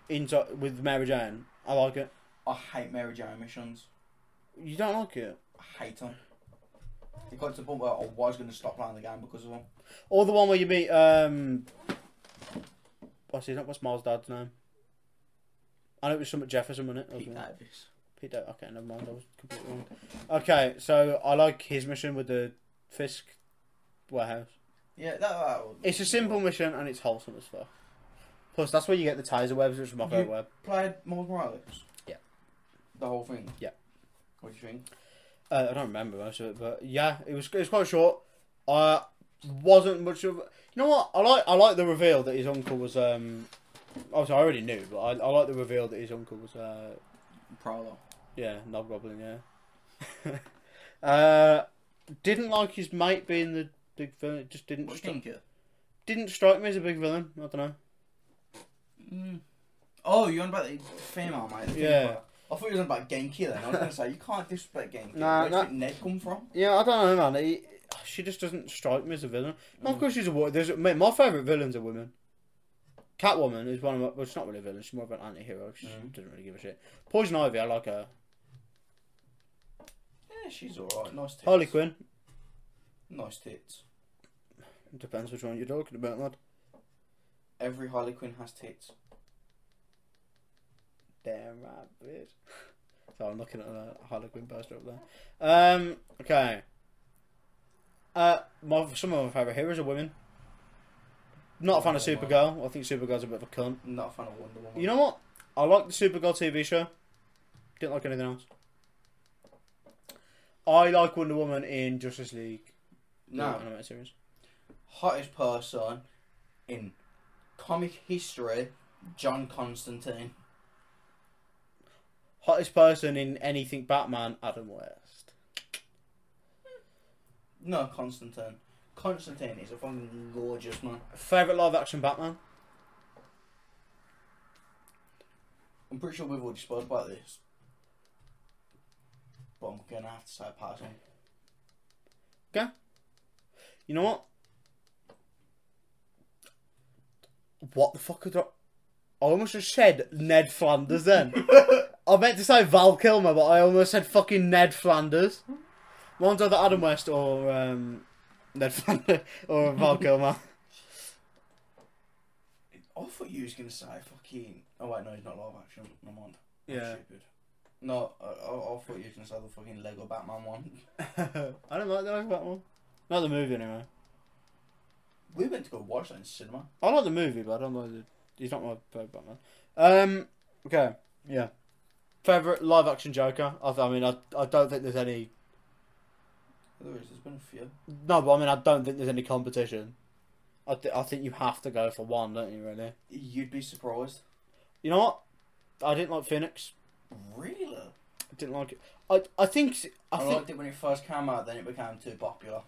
Speaker 1: Inside with Mary Jane. I like it.
Speaker 2: I hate Mary Jane missions.
Speaker 1: You don't like it?
Speaker 2: I hate them. It got to the point where I was going to stop playing the game because of them.
Speaker 1: Or the one where you meet um. What's his name? What's Miles' dad's name? I know it was something Jefferson, wasn't it?
Speaker 2: Pete
Speaker 1: Wasn't it?
Speaker 2: Davis.
Speaker 1: Pete Dav- Okay, never mind. I was completely wrong. Okay, so I like his mission with the Fisk warehouse.
Speaker 2: Yeah, that. that
Speaker 1: It's a simple mission and it's wholesome as fuck. Plus, that's where you get the taser webs, which is my
Speaker 2: You-
Speaker 1: favourite web.
Speaker 2: played Miles Morales?
Speaker 1: Yeah.
Speaker 2: The whole thing?
Speaker 1: Yeah.
Speaker 2: What do you think?
Speaker 1: Uh, I don't remember most of it, but yeah, it was it was quite short. I wasn't much of. You know what? I like I like the reveal that his uncle was. um Obviously, I already knew, but I, I like the reveal that his uncle was. uh
Speaker 2: Prowler.
Speaker 1: Yeah, Knob Goblin. Yeah. uh, didn't like his mate being the big villain. It just didn't
Speaker 2: What do you
Speaker 1: stri-
Speaker 2: think? it?
Speaker 1: didn't strike me as a big villain. I don't know.
Speaker 2: Mm. Oh, you're on about the female, mate. the female.
Speaker 1: Yeah.
Speaker 2: I thought you were on about Genki then. I was going to say, you can't disrespect Genki.
Speaker 1: Nah,
Speaker 2: Where
Speaker 1: nah.
Speaker 2: did Ned come from?
Speaker 1: Yeah, I don't know, man. He, she just doesn't strike me as a villain.
Speaker 2: Mm.
Speaker 1: Not because she's a woman. There's mate, my favorite villains are women. Catwoman is one of my. Well, she's not really a villain. She's more of an anti-hero. She
Speaker 2: Mm.
Speaker 1: doesn't really give a shit. Poison Ivy, I like her.
Speaker 2: Yeah, she's alright. Nice tits.
Speaker 1: Harley Quinn.
Speaker 2: Nice tits.
Speaker 1: Depends which one you're talking about, lad.
Speaker 2: Every Harley Quinn has tits.
Speaker 1: Damn right, bitch. So I'm looking at a Harley Quinn poster up there. Um. Okay. Uh, my some of my favorite heroes are women. Not a fan of
Speaker 2: Oh, wow.
Speaker 1: Supergirl. I think Supergirl's a bit of a cunt.
Speaker 2: Not a fan of Wonder Woman.
Speaker 1: You know what? I like the Supergirl TV show. Didn't like anything else. I like Wonder Woman in Justice League. the
Speaker 2: No.
Speaker 1: animated series.
Speaker 2: Hottest person in comic history, John Constantine.
Speaker 1: Hottest person in anything Batman, Adam West.
Speaker 2: No, Constantine. Constantine is a fucking gorgeous man.
Speaker 1: Favorite live action Batman?
Speaker 2: I'm pretty sure we've already spoke about this. But I'm gonna have to say pass on.
Speaker 1: You know what? What the fuck is that? I almost just said Ned Flanders then. I meant to say Val Kilmer, but I almost said fucking Ned Flanders. One's either Adam West or um, Ned Flanders or Val Kilmer.
Speaker 2: I thought you was gonna say fucking Oh wait, no, he's not live action. Never mind. I'm
Speaker 1: Yeah.
Speaker 2: stupid. No, I, I, I thought you were gonna say the fucking Lego Batman one.
Speaker 1: I don't like the Lego Batman. Not the movie anyway.
Speaker 2: We went to go watch that in cinema.
Speaker 1: I like the movie, but I don't like the. He's not my favorite Batman. Um. Okay. Yeah. Favorite live action Joker. I, th- I mean, I, I don't think there's any.
Speaker 2: There is. There's been a few.
Speaker 1: No, but I mean, I don't think there's any competition. I, th- I think you have to go for one, don't you? Really.
Speaker 2: You'd be surprised.
Speaker 1: You know what? I didn't like Phoenix.
Speaker 2: Really?
Speaker 1: I didn't like it. I I think I
Speaker 2: I,
Speaker 1: think
Speaker 2: liked it when it first came out. Then it became too popular.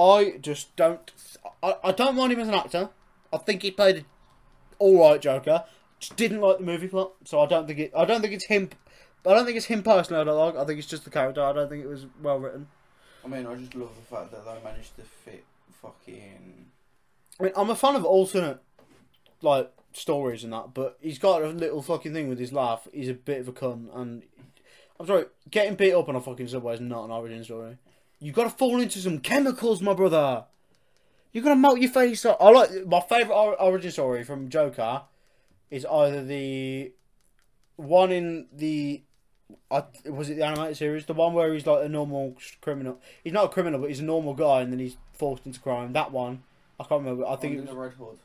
Speaker 1: I just don't. I, I don't mind him as an actor. I think he played an all right Joker. Just didn't like the movie plot, so I don't think it. I don't think it's him. I don't think it's him personally. I don't like. I think it's just the character. I don't think it was well written.
Speaker 2: I mean, I just love the fact that they managed to fit fucking.
Speaker 1: I mean, I'm a fan of alternate like stories and that, but he's got a little fucking thing with his laugh. He's a bit of a cunt, and I'm sorry, getting beat up on a fucking subway is not an origin story. You got to fall into some chemicals, my brother. You got to melt your face up. I like my favorite or- origin story from Joker is either the one in the. I, was it the animated series? The one where he's like a normal criminal. He's not a criminal, but he's a normal guy, and then he's forced into crime. That one, I can't remember. I think it
Speaker 2: Under
Speaker 1: was
Speaker 2: the Red Hood.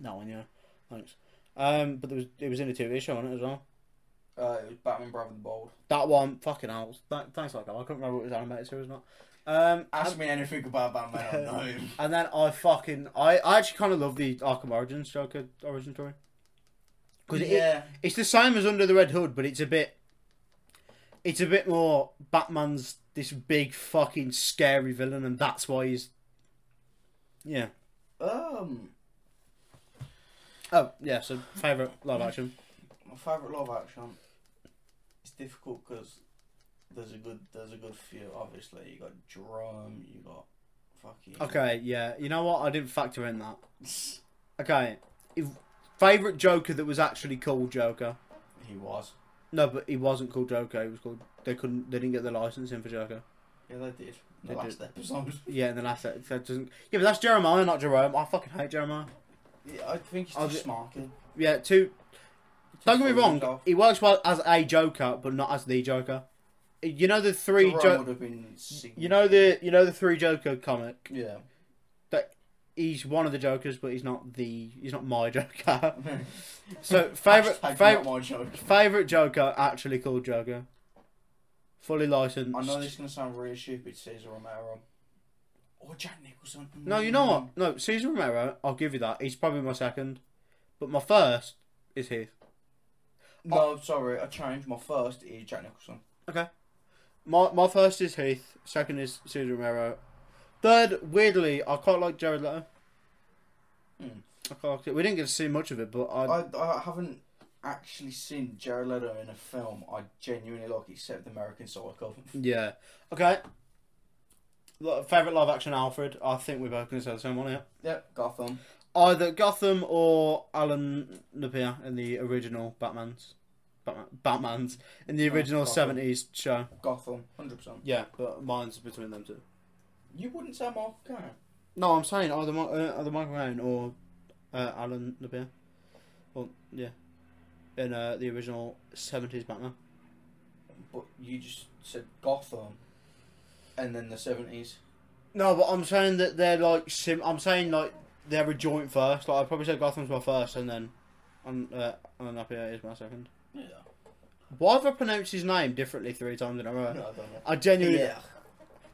Speaker 1: that one, yeah. Thanks. Um, but there was it was in a TV show on it as well.
Speaker 2: Uh, it was Batman Brave and the Bold.
Speaker 1: That one, fucking hell. Th- thanks, like I couldn't remember what it was animated series or not. Um,
Speaker 2: Ask me anything about Batman. I don't know.
Speaker 1: and then I fucking I, I actually kind of love the Arkham Origins Joker origin story because it,
Speaker 2: yeah,
Speaker 1: it's the same as Under the Red Hood, but it's a bit it's a bit more Batman's this big fucking scary villain, and that's why he's yeah
Speaker 2: um,
Speaker 1: oh yeah. So favorite live action.
Speaker 2: my favorite love action. It's difficult because there's a good there's a good few. Obviously, you got Jerome, you got fucking.
Speaker 1: Okay, yeah. You know what? I didn't factor in that. Okay. If, favorite Joker that was actually called Joker.
Speaker 2: He was.
Speaker 1: No, but he wasn't called Joker. He was called. They couldn't. They didn't get the license in for Joker.
Speaker 2: Yeah, they did. The
Speaker 1: They
Speaker 2: last episode.
Speaker 1: Yeah, and then that's it. That doesn't. Yeah, but that's Jeremiah, not Jerome. I fucking hate Jeremiah.
Speaker 2: Yeah, I think he's
Speaker 1: I'll
Speaker 2: just
Speaker 1: ju-
Speaker 2: smarking.
Speaker 1: Yeah, two.
Speaker 2: Just
Speaker 1: Don't get me
Speaker 2: full
Speaker 1: wrong.
Speaker 2: himself.
Speaker 1: He works well as a Joker, but not as the Joker. You know the three.
Speaker 2: Jerome
Speaker 1: Jo-
Speaker 2: would have been sick.
Speaker 1: you know the. You know the three Joker comic.
Speaker 2: Yeah.
Speaker 1: He's one of the Jokers, but he's not the. He's not my Joker. so favorite.
Speaker 2: Hashtag
Speaker 1: favorite.
Speaker 2: not my joke.
Speaker 1: Favorite Joker actually called Joker. Fully licensed.
Speaker 2: I know this is gonna sound really stupid, Cesar Romero. Or Jack Nicholson.
Speaker 1: No, you know what? No, Cesar Romero. I'll give you that. He's probably my second, but my first is Heath.
Speaker 2: No, I'm sorry, I changed. My first is Jack Nicholson.
Speaker 1: Okay. My my first is Heath. Second is Cesar Romero. Third, weirdly, I quite like Jared Leto.
Speaker 2: Hmm.
Speaker 1: I quite like it. We didn't get to see much of it, but I,
Speaker 2: I, I haven't actually seen Jared Leto in a film I genuinely like, except American Psycho.
Speaker 1: yeah. Okay. Lo- Favorite live action Alfred. I think we're both gonna say the same one here.
Speaker 2: yep, Gotham.
Speaker 1: Either Gotham or Alan Napier in the original Batman's. Batman, Batman's in the
Speaker 2: Oh,
Speaker 1: original
Speaker 2: Gotham.
Speaker 1: seventies show.
Speaker 2: Gotham, 100%.
Speaker 1: Yeah, but mine's between them two.
Speaker 2: You wouldn't say Mark Garrett.
Speaker 1: No, I'm saying either Mi- uh, either Michael Caine or uh, Alan Napier. Well, yeah, in uh, the original seventies Batman.
Speaker 2: But you just said Gotham and then the 70s.
Speaker 1: No, but I'm saying that they're like sim. I'm saying like they're a joint first. Like I probably said Gotham's my first, and then Alan, uh, Alan Napier is my second.
Speaker 2: Yeah.
Speaker 1: Why have I pronounced his name differently three times in a
Speaker 2: I
Speaker 1: row?
Speaker 2: don't know.
Speaker 1: I genuinely
Speaker 2: Yeah.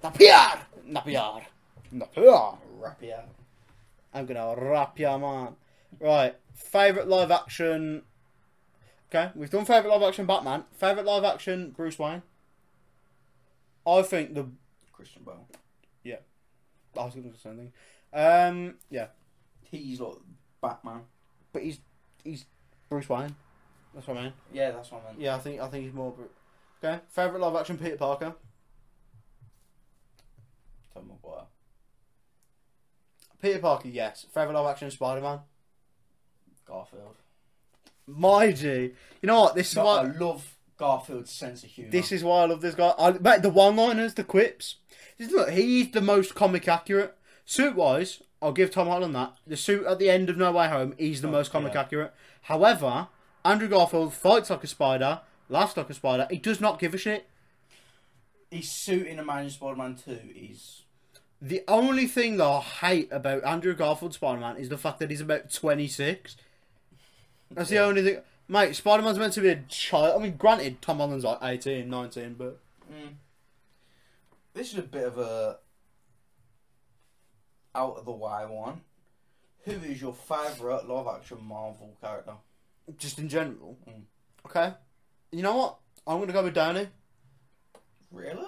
Speaker 1: Napier, Napier, Napier.
Speaker 2: Rap it out.
Speaker 1: I'm gonna rap ya, man. Right, favorite live action. Okay, we've done favorite live action Batman. Favorite live action Bruce Wayne. I think the
Speaker 2: Christian Bale.
Speaker 1: I was gonna say something. Um, yeah,
Speaker 2: He's like Batman.
Speaker 1: but he's he's Bruce Wayne. That's what I mean.
Speaker 2: Yeah, that's what I meant.
Speaker 1: Yeah, I think I think he's more. Bru- Okay, favorite live action Peter Parker.
Speaker 2: Tom Maguire.
Speaker 1: Peter Parker, yes. Favorite live action Spider Man.
Speaker 2: Garfield.
Speaker 1: My G. You know what? This is
Speaker 2: No,
Speaker 1: what
Speaker 2: I love Garfield's sense of humour.
Speaker 1: This is why I love this guy. I, mate, the one-liners, the quips. Just look, he's the most comic accurate. Suit-wise, I'll give Tom Holland that. The suit at the end of No Way Home, he's the most comic
Speaker 2: yeah.
Speaker 1: accurate. However, Andrew Garfield fights like a spider, laughs like a spider. He does not give a shit.
Speaker 2: His suit in Amazing Spider-Man Two is
Speaker 1: The only thing that I hate about Andrew Garfield Spider Man is the fact that he's about 26. That's the only thing. Mate, Spider Man's meant to be a child. I mean, granted, Tom Holland's like 18, 19, but.
Speaker 2: This is a bit of a out of the way one. Who is your favourite live action Marvel character?
Speaker 1: Just in general.
Speaker 2: Mm.
Speaker 1: Okay. You know what? I'm going to go with Downey.
Speaker 2: Really?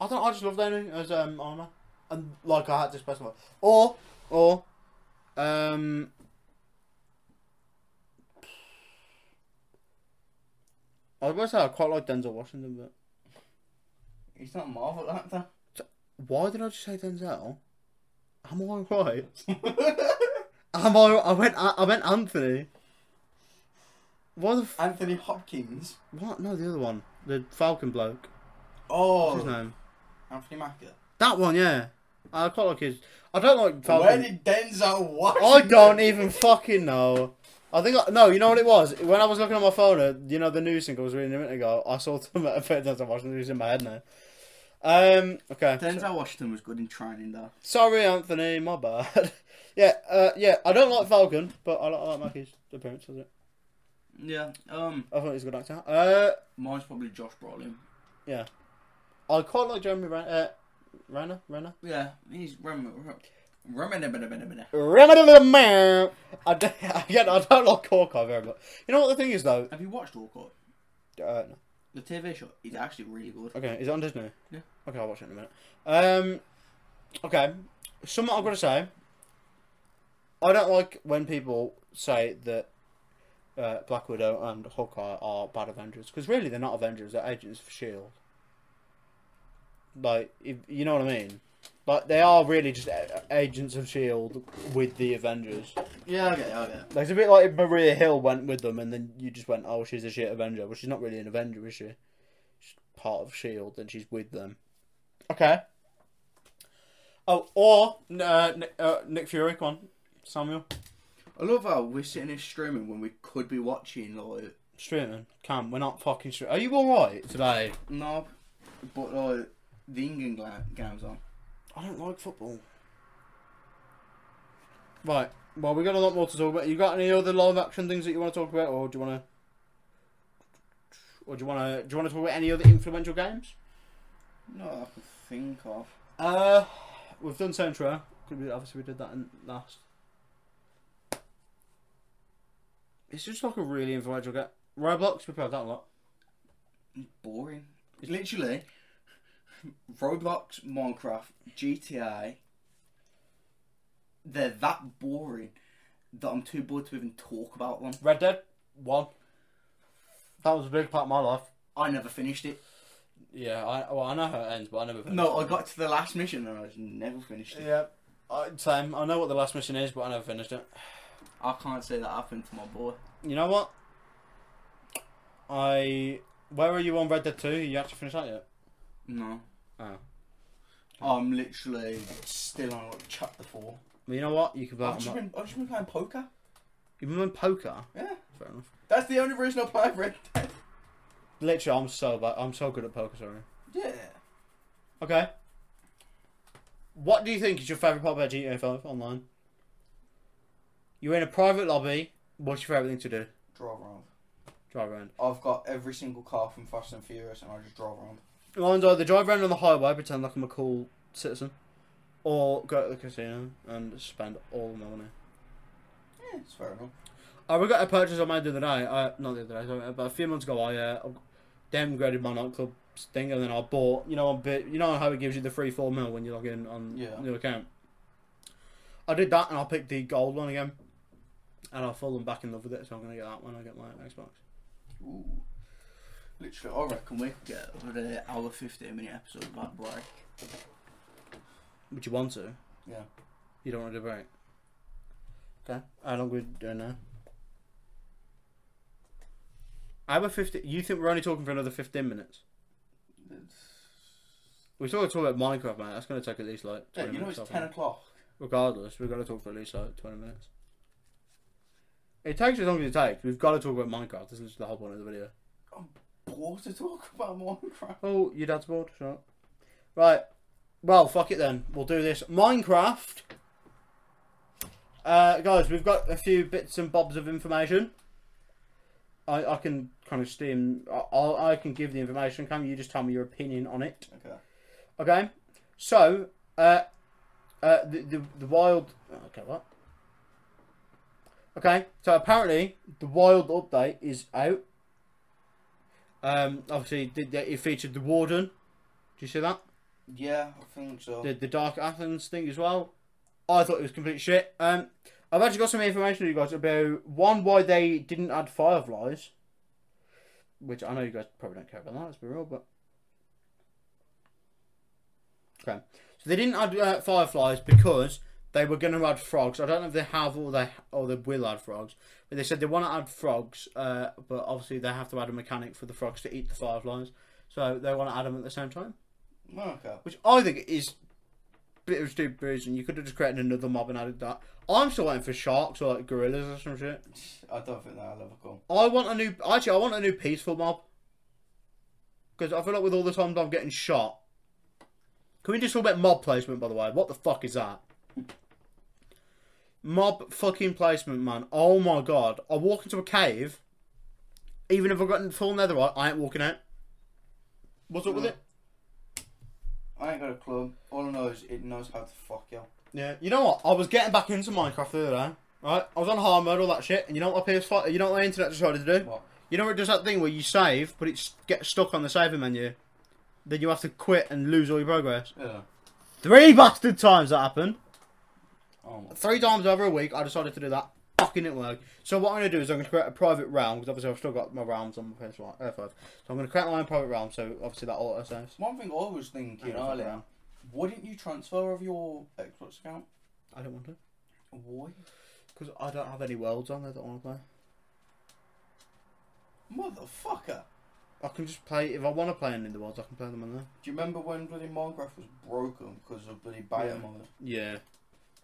Speaker 1: I don't I just love Downey as um, Iron Man. And, like, I had this person. Or, or, um. I was going to say I quite like Denzel Washington, but.
Speaker 2: He's not a Marvel actor.
Speaker 1: Why did I just say Denzel? Am I right? Am I? I went. I, I went Anthony. Why the? F-
Speaker 2: Anthony Hopkins.
Speaker 1: what? No, the other one, the Falcon bloke. What's his
Speaker 2: Oh,
Speaker 1: name?
Speaker 2: Anthony Mackie.
Speaker 1: That one, yeah. I quite like his. I don't like
Speaker 2: Where
Speaker 1: Falcon.
Speaker 2: did Denzel
Speaker 1: I
Speaker 2: Washington?
Speaker 1: don't even fucking know. I think I, no. You know what it was? When I was looking at my phone, uh, you know the news thing I was reading a minute ago. I saw something about Denzel Washington. It's in my head now. Um. Okay.
Speaker 2: Denzel Washington was good in training though.
Speaker 1: Sorry, Anthony, my bad. yeah, uh, yeah, I don't like Falcon, but I like, I like Mackie's appearance, does it?
Speaker 2: Yeah. Um,
Speaker 1: I thought he's a good actor. Uh,
Speaker 2: mine's probably Josh Brolin.
Speaker 1: I quite like Jeremy Ren- uh, Renner. Renner?
Speaker 2: Yeah, he's rem. rem-
Speaker 1: Renner. I don't, again, I don't like Hawkeye very much. You know what the thing is, though?
Speaker 2: Have you watched Walcott?
Speaker 1: Uh, no.
Speaker 2: The TV show is actually really good.
Speaker 1: Okay, is it on Disney?
Speaker 2: Yeah.
Speaker 1: Okay, I'll watch it in a minute. Um, okay, something I've got to say. I don't like when people say that uh, Black Widow and Hawkeye are bad Avengers because really they're not Avengers; they're agents for Shield. E Like, if, you know what I mean? Like, they are really just a- agents of Shield E with the Avengers.
Speaker 2: Yeah, okay, okay.
Speaker 1: Like, it's a bit like if Maria Hill went with them, and then you just went, "Oh, she's a shit Avenger." Well, she's not really an Avenger, is she? She's part of Shield, E and she's with them. Okay. Oh, or uh, Nick, uh, Nick Fury, come on, Samuel.
Speaker 2: I love how we're sitting here streaming when we could be watching like
Speaker 1: Streaming, Cam, we're not fucking streaming. Are you all right today?
Speaker 2: no, but like the England gla- games on.
Speaker 1: I don't like football. Right. Well, we got a lot more to talk about. You got any other live action things that you want to talk about, or do you want to? Or do you want to? Do you want to talk about any other influential games?
Speaker 2: No, I can think of.
Speaker 1: Uh, we've done Centro. Could we, obviously, we did that in last. It's just like a really influential game. Roblox, we played that a lot.
Speaker 2: It's boring. It's literally Roblox, Minecraft, GTA. They're that boring that I'm too bored to even talk about them.
Speaker 1: Red Dead 1. That was a big part of my life.
Speaker 2: I never finished it.
Speaker 1: Yeah, I well, I know how it ends, but I never. finished
Speaker 2: No,
Speaker 1: it.
Speaker 2: I got to the last mission and I just never finished it.
Speaker 1: Yeah, I, same. I know what the last mission is, but I never finished it.
Speaker 2: I can't say that happened to my boy.
Speaker 1: You know what? I. Where are you on Red Dead 2? You actually finished that yet?
Speaker 2: No.
Speaker 1: Oh.
Speaker 2: I'm literally still on like, chapter four.
Speaker 1: Well, you know what? You can play.
Speaker 2: I've
Speaker 1: it
Speaker 2: just,
Speaker 1: on
Speaker 2: been, I've just been playing poker.
Speaker 1: You've been poker.
Speaker 2: Yeah,
Speaker 1: Fair enough.
Speaker 2: that's the only reason I play Red Dead.
Speaker 1: Literally, I'm so bad. I'm so good at poker. Sorry.
Speaker 2: Yeah.
Speaker 1: Okay. What do you think is your favourite part about GTA 5 online? You're in a private lobby. What's your favourite thing to do?
Speaker 2: Drive around.
Speaker 1: Drive around.
Speaker 2: I've got every single car from Fast and Furious, and I just drive around.
Speaker 1: Mine's either drive around on the highway, pretend like I'm a cool citizen, or go to the casino and spend all my money.
Speaker 2: Yeah, it's fair enough.
Speaker 1: I regret a purchase I made the other day. Uh, not the other day, sorry, but a few months ago, I uh, downgraded my nightclub thing, and then I bought. You know, a bit. You know how it gives you the free four mil when you log in on
Speaker 2: Yeah.
Speaker 1: your account. I did that, and I picked the gold one again, and I've fallen back in love with it. So I'm gonna get that when I get my Xbox.
Speaker 2: Ooh. Literally, I reckon we could get an hour 15 minute episode of that break.
Speaker 1: Would you want to?
Speaker 2: Yeah.
Speaker 1: You don't want to do a break. Okay. How long we doing now? Hour fifty. You think we're only talking for another fifteen minutes? We still got to talk about Minecraft, man. That's going to take at least like
Speaker 2: Yeah,
Speaker 1: 20
Speaker 2: you know
Speaker 1: minutes.
Speaker 2: it's
Speaker 1: off
Speaker 2: 10
Speaker 1: it.
Speaker 2: o'clock.
Speaker 1: Regardless, we've got to talk for at least like 20 minutes. It takes as long as it takes. We've got to talk about Minecraft. This is the whole point of the video.
Speaker 2: bored to talk about Minecraft.
Speaker 1: Oh, your dad's bored. Shut up. Right. Well, fuck it then. We'll do this. Minecraft. Uh, guys, we've got a few bits and bobs of information. I, I can kind of steam. I, I'll- I can give the information. Can you just tell me your opinion on it?
Speaker 2: Okay.
Speaker 1: Okay. So, uh, uh, the, the the wild. Okay, what? Okay, so apparently the wild update is out. Um, obviously, did that it featured the warden? Do you see that?
Speaker 2: Yeah, I think so.
Speaker 1: The the Dark Athens thing as well. I thought it was complete shit. Um, I've actually got some information for you guys about one why they didn't add fireflies, which I know you guys probably don't care about that. Let's be real, but okay. So they didn't add uh, fireflies because they were going to add frogs. I don't know if they have or they or they will add frogs, but they said they want to add frogs. Uh, but obviously they have to add a mechanic for the frogs to eat the fireflies. So they want to add them at the same time
Speaker 2: okay.
Speaker 1: which I think is a bit of a stupid reason. You could have just created another mob and added that. I'm still waiting for sharks or like gorillas or some shit.
Speaker 2: I don't think that'll ever come.
Speaker 1: I want a new. Actually, I want a new peaceful mob because I feel like with all the times I'm getting shot. Can we just talk about mob placement, by the way? What the fuck is that? Mob fucking placement, man. Oh my god. I walk into a cave. Even if I've gotten full netherite, I ain't walking out. What's up with it?
Speaker 2: I ain't got a club. All I know is it knows how to fuck you.
Speaker 1: Yeah, you know what? I was getting back into Minecraft the other day. Right, I was on hard mode, all that shit, and you know what my PS5, you know what my internet decided to do?
Speaker 2: What?
Speaker 1: You know it does that thing where you save, but it s- gets stuck on the saving menu. Then you have to quit and lose all your progress.
Speaker 2: Yeah.
Speaker 1: Three bastard times that happened.
Speaker 2: Oh my.
Speaker 1: Three times over a week, I decided to do that. Fucking it work. So what I'm gonna do is I'm gonna create a private realm because obviously I've still got my realms on my PS5. uh, five. So I'm gonna create my own private realm. So obviously that auto saves.
Speaker 2: One thing I was thinking
Speaker 1: Hang on, fuck
Speaker 2: earlier,
Speaker 1: around.
Speaker 2: wouldn't you transfer of your Xbox account?
Speaker 1: I don't want to
Speaker 2: Why?
Speaker 1: because I don't have any worlds on there that I want to play.
Speaker 2: Motherfucker.
Speaker 1: I can just play if I want to play any of the worlds. I can play them on there.
Speaker 2: Do you remember when bloody Minecraft was broken because of bloody beta
Speaker 1: Yeah.
Speaker 2: mode?
Speaker 1: Yeah.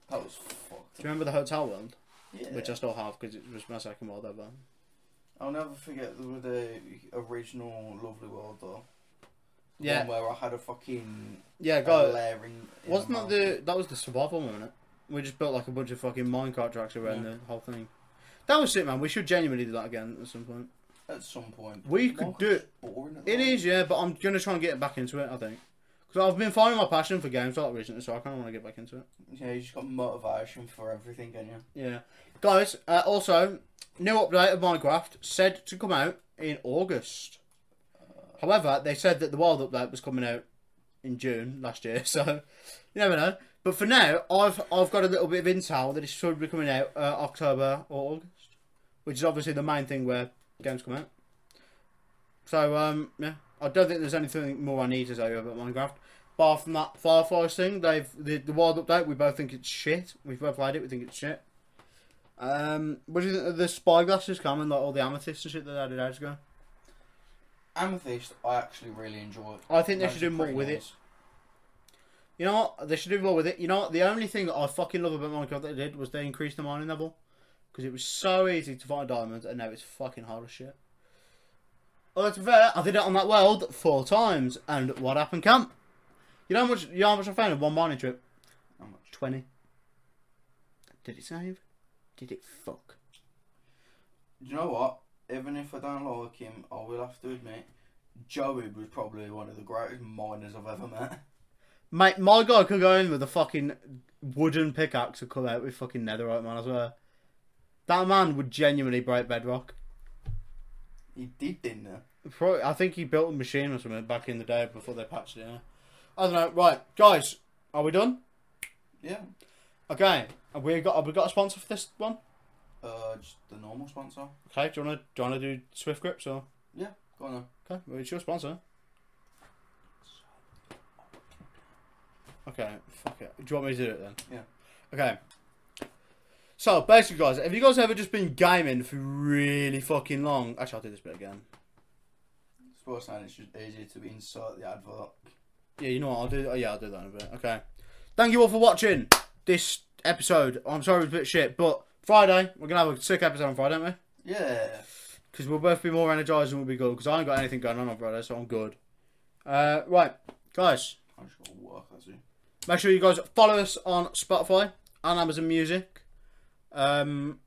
Speaker 2: That was fucked.
Speaker 1: Do you remember the hotel world?
Speaker 2: Yeah.
Speaker 1: Which I still have because it was my second world ever.
Speaker 2: I'll never forget the, the original Lovely World though. The
Speaker 1: Yeah.
Speaker 2: One where I had a fucking
Speaker 1: Yeah,
Speaker 2: a
Speaker 1: guys.
Speaker 2: lair in- in
Speaker 1: Wasn't
Speaker 2: my
Speaker 1: that the that was the survival one, wasn't it? We just built like a bunch of fucking minecart tracks around
Speaker 2: Yeah.
Speaker 1: the whole thing. That was it, man. We should genuinely do that again at some point.
Speaker 2: house At some point.
Speaker 1: We could do it.
Speaker 2: Minecraft's boring at the
Speaker 1: It
Speaker 2: moment.
Speaker 1: is, yeah, but I'm gonna try and get back into it. I think because I've been finding my passion for games like recently, so I kind of want to get back into it.
Speaker 2: Yeah, you just got motivation for everything, don't you?
Speaker 1: Yeah, guys. Uh, also, new update of Minecraft said to come out in August. However, they said that the wild update was coming out in June last year, so you never know. But for now, I've I've got a little bit of intel that it should be coming out uh, October or August, which is obviously the main thing where games come out. So um, yeah, I don't think there's anything more I need to say about Minecraft. Apart from that Fireflies thing, they've the, the wild update. We both think it's shit. We've both played it. We think it's shit. Um, what do you think of the spyglasses coming? Like all the amethysts and shit that they added ages ago.
Speaker 2: Amethyst, I actually really enjoy.
Speaker 1: I think they should do more with it. You know what? They should do more with it. You know what? The only thing that I fucking love about Minecraft that they did was they increased the mining level. Because it was so easy to find diamonds and now it's fucking hard as shit. Well, to be fair, I did it on that world four times. And what happened, camp? You know how much, you know how much I found in one mining trip?
Speaker 2: How much?
Speaker 1: 20. Did it save? Did it fuck?
Speaker 2: You know what? Even if I don't like him, I will have to admit, Joey was probably one of the greatest miners I've ever met.
Speaker 1: Mate, my guy could go in with a fucking wooden pickaxe and come out with fucking netherite, man, I swear. That man would genuinely break bedrock.
Speaker 2: He did, didn't he?
Speaker 1: Probably, I think he built a machine or something back in the day before they patched it. in. I don't know. Right, guys, are we done?
Speaker 2: Yeah.
Speaker 1: Okay, have we got have we got a sponsor for this one?
Speaker 2: Uh, just the normal sponsor.
Speaker 1: Okay, do you wanna do you wanna do Swift Grips or
Speaker 2: Yeah, go on then.
Speaker 1: okay? Well, it's your sponsor. Okay, fuck it. Do you want me to do it then?
Speaker 2: Yeah.
Speaker 1: Okay. So basically, guys, have you guys ever just been gaming for really fucking long? Actually, I'll do this bit again.
Speaker 2: Sports now it's just easier to insert the advert.
Speaker 1: Yeah, you know what? I'll do. oh, Yeah, I'll do that in a bit. Okay. Thank you all for watching this episode. I'm sorry it was a bit shit, but Friday we're gonna have a sick episode on Friday, aren't we?
Speaker 2: Yeah.
Speaker 1: because we'll both be more energized and we'll be good. Because I ain't got anything going on on Friday, so I'm good. Uh, right, guys,
Speaker 3: I just gotta work, that's it.
Speaker 1: make sure you guys follow us on Spotify and Amazon Music. Um,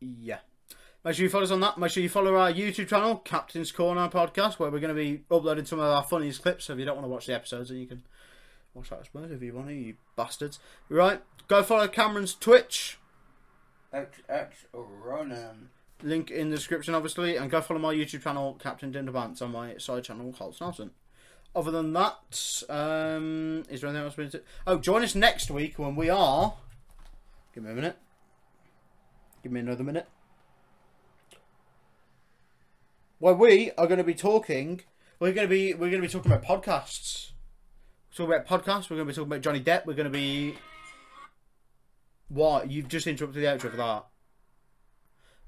Speaker 1: yeah. Make sure you follow us on that. Make sure you follow our YouTube channel, Captain's Corner Podcast, where we're going to be uploading some of our funniest clips. So if you don't want to watch the episodes, then you can watch that, I suppose, if you want to, you bastards. Right, go follow Cameron's Twitch.
Speaker 2: XX Ronan.
Speaker 1: link in the description, obviously, and go follow my YouTube channel, Captain Dinderpants, on my side channel, Holt Snelson. Other than that, um, is there anything else we need to? Oh, join us next week when we are. Give me a minute. Give me another minute. Where we are going to be talking, we're going to be we're going to be talking about podcasts. Talking about podcasts. We're going to be talking about Johnny Depp. We're going to be. What you've just interrupted the outro for that.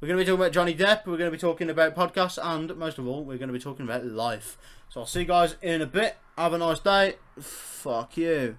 Speaker 1: We're going to be talking about Johnny Depp. We're going to be talking about podcasts, and most of all, we're going to be talking about life. So I'll see you guys in a bit. Have a nice day. Fuck you.